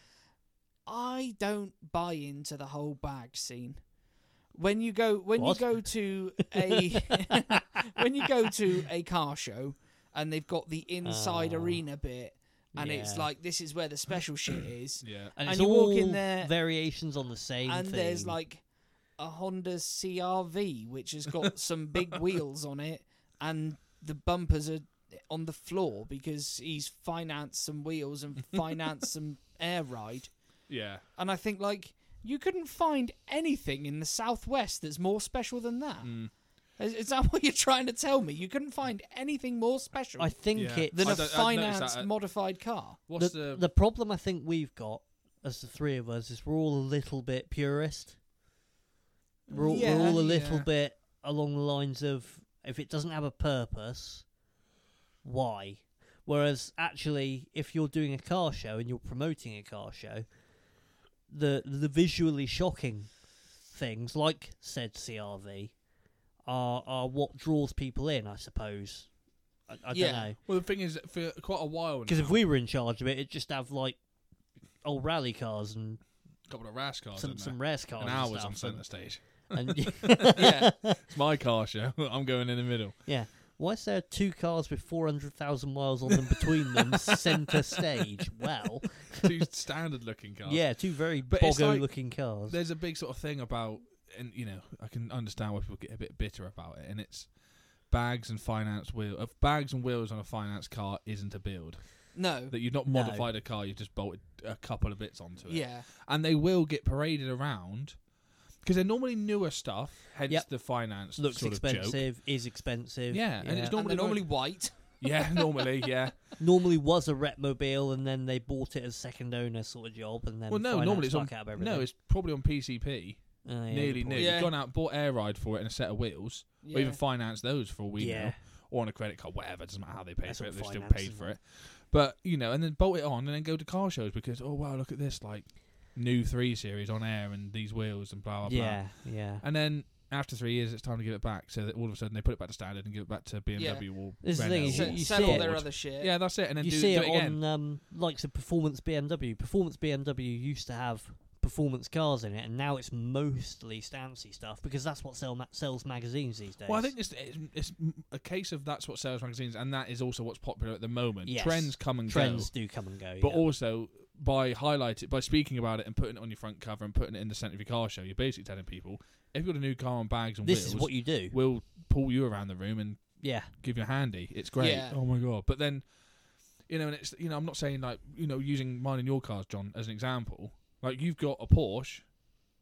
I don't buy into the whole bagged scene. When you go when What? you go to a when you go to a car show and they've got the inside Oh. arena bit and it's Yeah. like this is where the special shit is yeah, and, and it's you all walk in there variations on the same and thing. there's like a Honda CRV which has got some big wheels on it and the bumpers are on the floor because he's financed some wheels and financed some air ride yeah. and I think like you couldn't find anything in the southwest that's more special than that. Hmm. Is, is that what you're trying to tell me? You couldn't find anything more special I think Yeah. it's than I a don't- I've noticed financed that. uh, modified car. the, What's the, the problem I think we've got as the three of us is we're all a little bit purist. We're all, Yeah, we're all a little yeah. bit along the lines of if it doesn't have a purpose, why? Whereas actually, if you're doing a car show and you're promoting a car show, the the visually shocking things like said CRV are are what draws people in, I suppose. I, I Yeah. don't know. well, the thing is, for quite a while, Because now, if we were in charge of it, it'd just have like old rally cars and a couple of rash cars, some in there. some race cars. an and hour's on stuff, centre stage. and, and yeah, It's my car show. I'm going in the middle. yeah, why is there two cars with four hundred thousand miles on them between them, centre stage? Well, Two standard-looking cars. yeah, two very But it's like- bogo-looking cars. there's a big sort of thing about, and you know, I can understand why people get a bit bitter about it, and it's bags and finance wheel of bags and wheels on a finance car isn't a build no, that you've not No. modified a car you've just bolted a couple of bits onto it yeah, and they will get paraded around because they're normally newer stuff hence Yep. the finance Looks sort of joke expensive, is expensive. yeah, and it's Yeah. and normally they're normally white. yeah normally yeah Normally was a Repmobile, and then they bought it as second owner sort of job, and then well no financed normally it's on fuck out of everything. no it's probably on PCP Oh, yeah, good nearly new point. Yeah. you've gone out bought air ride for it and a set of wheels Yeah. or even finance those for all we know Yeah. or on a credit card whatever doesn't matter how they paid That's for it what they still finance paid is for on. it but you know and then bolt it on and then go to car shows because oh wow look at this like new 3 series on air and these wheels and blah blah Yeah, yeah. blah and then after three years it's time to give it back so that all of a sudden they put it back to standard and give it back to BMW or This is the thing, Renault is So, or you sell see all it. their Ford. other shit. yeah that's it and then you do, see do it again on um, likes of performance BMW. Performance BMW used to have performance cars in it, and now it's mostly stancy stuff because that's what sell ma- sells magazines these days. Well, I think it's, it's it's a case of that's what sells magazines, and that is also what's popular at the moment. Yes. Trends come and go. trends do come and go. but yeah. also by highlighting by speaking about it and putting it on your front cover and putting it in the centre of your car show you're basically telling people if you've got a new car on bags and this wheels is what you do. we'll pull you around the room and Yeah, give you a handy it's great Yeah. oh my god but then you know and it's you know I'm not saying like you know using mine and your cars John as an example like you've got a Porsche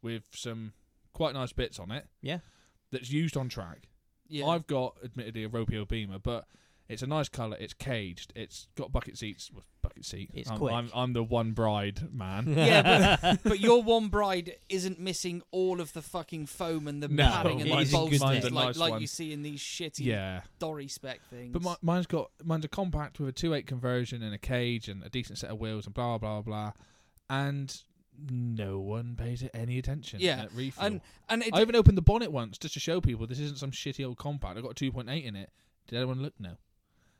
with some quite nice bits on it Yeah. that's used on track yeah. I've got, admittedly, a Ropio Beamer, but it's a nice colour. It's caged. It's got bucket seats. Well, bucket seat. It's I'm, quick. I'm, I'm the one bride man. Yeah, but, but your one bride isn't missing all of the fucking foam and the No, padding and mine's the a good bolsters one. like Nice like one. you see in these shitty yeah, Dory spec things. but mi- mine's got mine's a compact with a two eight conversion and a cage and a decent set of wheels and blah blah blah, and no one pays it any attention. Yeah, at refuel. and and it, I even opened the bonnet once just to show people this isn't some shitty old compact. I got a two point eight in it. Did anyone look? No.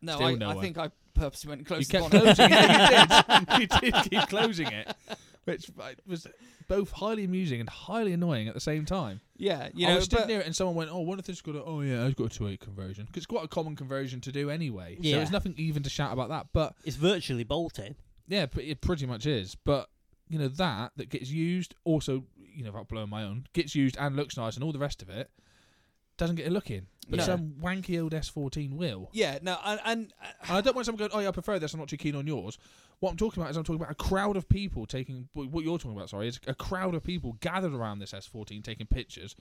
no, still I, no I one. think I purposely went close. you to kept the bonnet. closing it. you did. You did keep closing it, which I- was both highly amusing and highly annoying at the same time. Yeah, you I know, was stood but- near it and someone went, "Oh, one of them's got a oh yeah, I've got a two eight conversion because it's quite a common conversion to do anyway. So Yeah. there's nothing even to shout about that. But It's virtually bolted. yeah, but it pretty much is. But you know that that gets used also, you know, without blowing my own, gets used and looks nice and all the rest of it doesn't get a look in. But No. some wanky old S14 will. yeah, no, and, and uh, And I don't want someone going, "Oh yeah, I prefer this. I'm not too keen on yours." What I'm talking about is I'm talking about a crowd of people taking what you're talking about. Sorry, is a crowd of people gathered around this S14 taking pictures,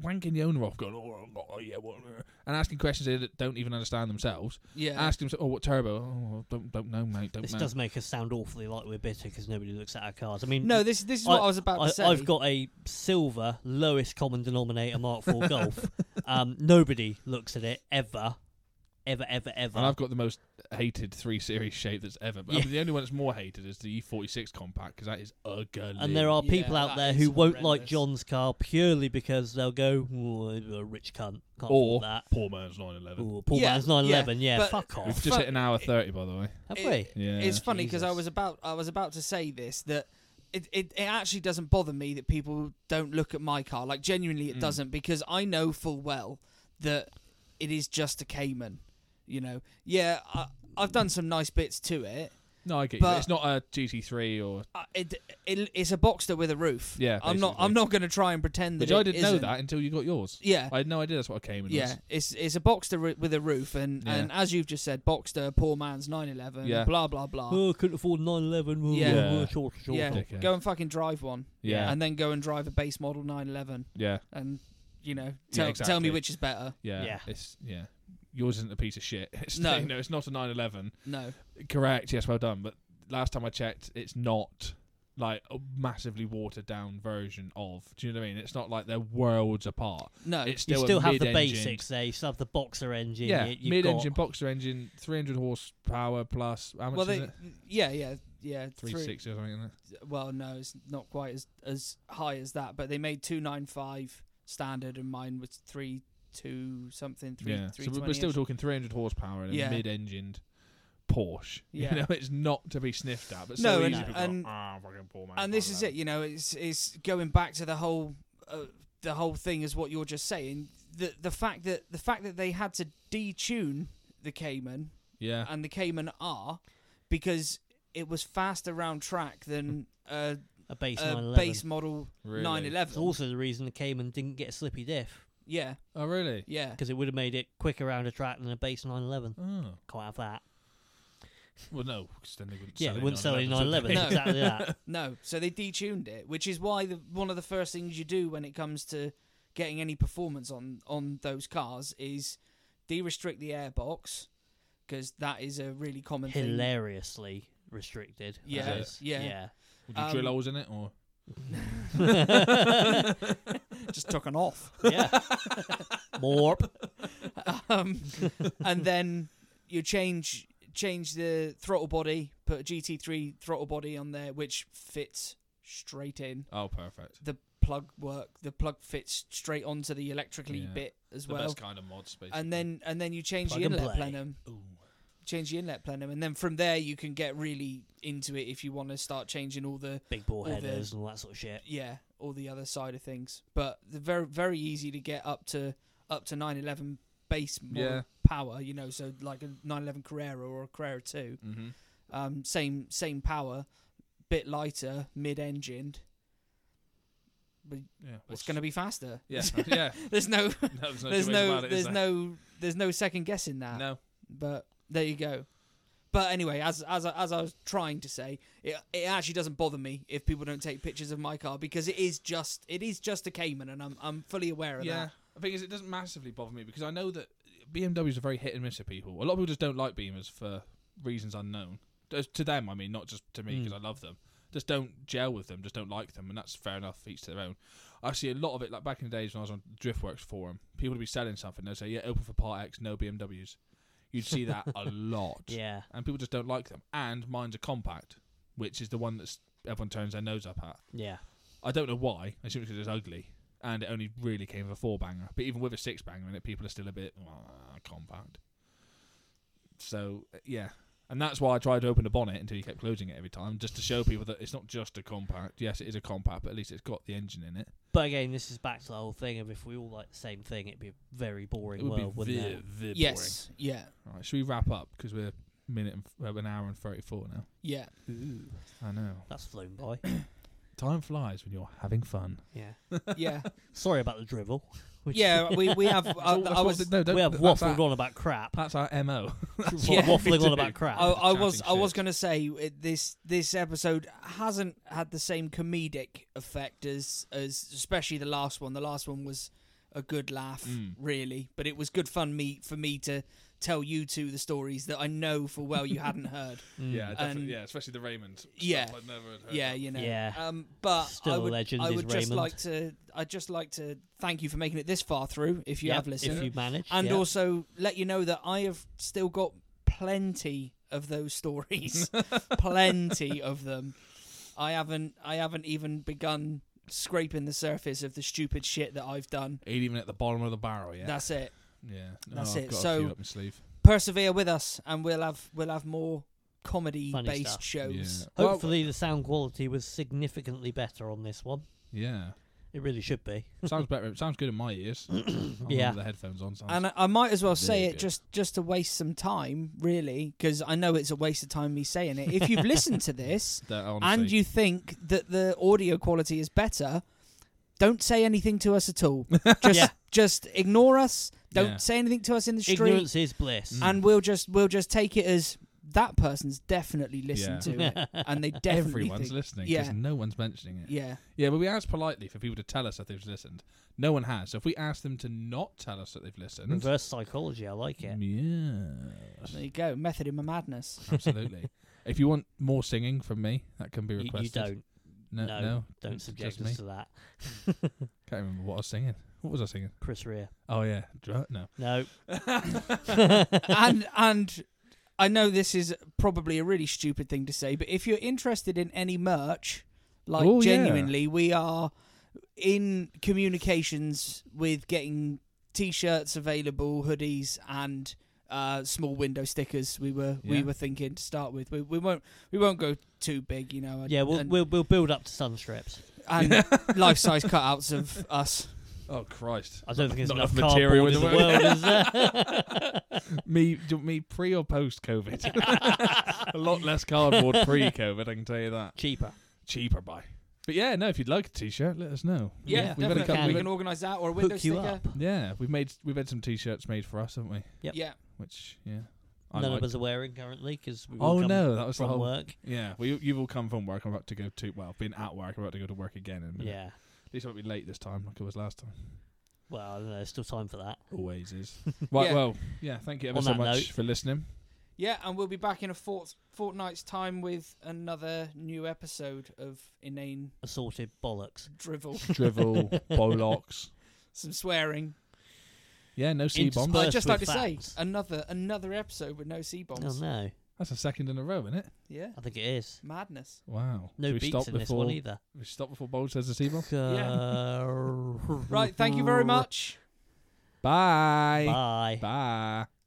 wanking the owner off, going, "Oh, oh, oh, yeah," what, uh," and asking questions they don't even understand themselves. yeah, Asking, "Oh, what turbo? Oh, don't don't know, mate. Don't This know." does make us sound awfully like we're bitter because nobody looks at our cars. I mean, no, this this is what I, was about I, to say. I've got a silver lowest common denominator Mark IV Golf. Um, nobody looks at it ever, ever, ever, ever. and I've got the most hated three series shape that's ever. But I Yeah. mean, the only one that's more hated is the E46 compact because that is ugly. And there are people Yeah, out that there is who won't like horrendous. John's car purely because they'll go, "Ooh, you're a rich cunt, can't or afford that. poor man's 911. Ooh, poor Yeah, man's 911, yeah, yeah, but- fuck We've off. just Fuck. hit an hour thirty, by the way. Have it- we? Yeah, it's funny because I Jesus. was about I was about to say this that it, it, it actually doesn't bother me that people don't look at my car like genuinely it Mm. doesn't because I know full well that it is just a Cayman you know yeah I, I've done some nice bits to it No, I get you. But- It's not a GT3 or I, it, it it's a Boxster with a roof Yeah, I'm not basically. I'm not going to try and pretend that which I it didn't know isn't. that until you got yours. yeah I had no idea that's what a Cayman yeah was. it's it's a Boxster ri- with a roof and Yeah. and as you've just said Boxster poor man's 911 Yeah. blah blah blah Oh, couldn't afford 911. ooh, Yeah. ooh, Yeah. short, short, yeah short. Dickhead. go and fucking drive one Yeah. and then go and drive a base model 911 Yeah, and you know tell, tell exactly. me which is better yeah, Yeah. It's yeah. Yours isn't a piece of shit. It's No. no, it's not a 911. no Correct. Yes, well done. But last time I checked, it's not like a massively watered down version of. Do you know what I mean? It's not like they're worlds apart. no Uh, It's You still still a have the mid-engine- basics there. You still have the boxer engine. Yeah, you, you've mid-engine got- boxer engine, 300 horsepower plus. How much well is they it? yeah yeah yeah three- 360 or something. Isn't it? well no it's not quite as as high as that but they made 295 standard and mine was 3 2 something 3 yeah. So we're- 320 we're still -ish. talking 300 horsepower in a Yeah. mid-engined Porsche. Yeah. You know, it's not to be sniffed at. But No, so and- easy people go, and- ah, fucking poor man. and this is it you know it's it's going back to the whole uh, the whole thing is what you're just saying the the fact that the fact that they had to detune the Cayman Yeah. and the Cayman R because it was faster round track than a, a base a 911. uh, base model Really. 911. It's also the reason the Cayman didn't get a slippy diff Yeah, Oh, really? yeah. because it would have made it quicker around a track than a base 911. Oh. Can't have that. Well, no, because then they wouldn't Yeah, sell it wouldn't sell it in 911, 911. No. Exactly that. No, so they detuned it, which is why the, one of the first things you do when it comes to getting any performance on on those cars is de-restrict the airbox because that is a really common thing. Hilariously restricted. that Yeah, is. yeah. yeah. Would you Um, drill holes in it or? Just took an off. Yeah. Morp. um, and then you change change the throttle body, put a GT3 throttle body on there, which fits straight in. Oh, perfect. The plug work, the plug fits straight onto the electrically Yeah. bit as The well. best kind of mods, basically. And then and then you change Plug the and inlet play. plenum, Ooh. change the inlet plenum, and then from there you can get really into it if you want to start changing all the Big ball All the- headers and all that sort of shit. yeah all the other side of things. But the very very easy to get up to up to 911 base model Yeah. power, you know, so like a 911 Carrera or a Carrera 2. hmm um, same same power, bit lighter, mid-engined. Yeah. It's going to be faster. Yeah. yeah. there's no, No, there's no. there's two ways no, about it, is there's there? no, there's no second guessing that. No. But there you go. But anyway, as as I- as I was trying to say, it it actually doesn't bother me if people don't take pictures of my car because it is just it is just a Cayman, and I'm I'm fully aware of Yeah, the thing is, it doesn't massively bother me because I know that BMWs are very hit and miss at people. A lot of people just don't like Beamers for reasons unknown. Just to them, I mean, not just to me Mm. because I love them. Just don't gel with them. Just don't like them, and that's fair enough. Each to their own. I see a lot of it, like back in the days when I was on Driftworks forum. People would be selling something. They'd say, "Yeah, open for part X, no BMWs." You'd see that a lot, Yeah. and people just don't like them. And mine's a compact, which is the one that everyone turns their nose up at. Yeah. I don't know why. I assume it's because it's ugly, and it only really came with a four banger. But even with a six banger in it, people are still a bit "Ah, compact. uh, So yeah, And that's why I tried to open the bonnet until you kept closing it every time, just to show people that it's not just a compact. Yes, it is a compact, but at least it's got the engine in it. But again, this is back to the whole thing of if we all like the same thing, it'd be a very boring It would world, be wouldn't very, it? very yes. Yeah. boring. Right, should we wrap up because we're a minute and f- uh, an hour and thirty-four now. Yeah. I know. That's flown by. Time flies when you're having fun. yeah. Yeah. Sorry about the drivel. Which- yeah. We we have. uh, I, That's I what- was. no, don't- we have that's waffled our, on about crap. That's our mo. That's Yeah. what we Waffling on do. about crap. I, I was I Chatting was shit. gonna say it- this this episode hasn't had the same comedic effect as as especially the last one. The last one was a good laugh, Mm. really, but it was good fun me for me to tell you two the stories that I know for well you hadn't heard. Mm. Yeah, definitely. And- yeah, especially the Raymond. stuff Yeah. I'd never had heard Yeah, of. you know. Yeah. Um, but Still I a would, legend I is would just Raymond. like to I'd just like to thank you for making it this far through if you Yep, have listened. If you manage. and yeah. also let you know that I have still got plenty of those stories, plenty of them. I haven't, I haven't even begun scraping the surface of the stupid shit that I've done. Ain't even at the bottom of the barrel yet. That's it. yeah, No, that's I've it. Got a So- few up my sleeve. Persevere with us, and we'll have, we'll have more comedy-based stuff. shows. Yeah. Hopefully, the sound quality was significantly better on this one. Yeah, It really should be. sounds better. It sounds good in my ears. I'll have Yeah. the headphones on. Sounds And I, I might as well say Very it good. just, just to waste some time, really, because I know it's a waste of time me saying it. If you've listened to this, That, and honestly- you think that the audio quality is better, don't say anything to us at all. Just Yeah. just ignore us. Don't Yeah. say anything to us in the street, Ignorance is bliss. and we'll just we'll just take it as that person's definitely listened Yeah. to it, and they definitely everyone's think- listening because yeah. no one's mentioning it. Yeah, Yeah, but we asked politely for people to tell us if they've listened. No one has. So if we ask them to not tell us that they've listened, Reverse psychology. I like it. yes, there you go. Method in my madness. absolutely. if you want more singing from me, that can be You, you requested. don't. No, no, no, Don't it's subject just me. us to that. Can't remember what I was singing. What was I singing? Chris Rea. Oh yeah, Dr- no. No. and and I know this is probably a really stupid thing to say, but if you're interested in any merch, like Oh, yeah. genuinely, we are in communications with getting t-shirts available, hoodies, and uh, small window stickers. We were we Yeah. were thinking to start with. We, we won't we won't go too big, you know. And, Yeah, we'll, and, we'll we'll build up to sun strips. and life size cutouts of us. Oh Christ! I don't think there's Not enough, enough material cardboard in in the the world, is there? me, do you want me pre or post COVID? a lot less cardboard pre COVID. I can tell you that. Cheaper. Cheaper by. But yeah, no. If you'd like a t-shirt, let us know. Yeah, Yeah, we've had a definitely. couple. we We've can organise that or a window Hook you sticker. up. had, yeah, we've made we've had some t-shirts made for us, haven't we? Yep. Yeah, Which yeah, I None like. of us are wearing currently because we all Oh come no, that was the from whole. work. Yeah, well, you, you've all come from work. I'm about to go to well, been at work. I'm about to go to work again. In a minute. Yeah. at least I won't be late this time, like I was last time. Well, I don't know. There's still time for that. Always is. right. Yeah. Well, yeah. Thank you ever On so that much note- for listening. Yeah, and we'll be back in a fort- fortnight's time with another new episode of inane Assorted bollocks. drivel, Drivel, bollocks. some swearing. Yeah, no C bombs. Interspersed I'd just with like to say facts. another another episode with no C Oh bombs. no, That's a second in a row, isn't it? Yeah, I think it is. madness. Wow. No Should we beats stop in before, this one either. We stop before Bold says a C bomb. Uh, Right, thank you very much. Bye. Bye. Bye.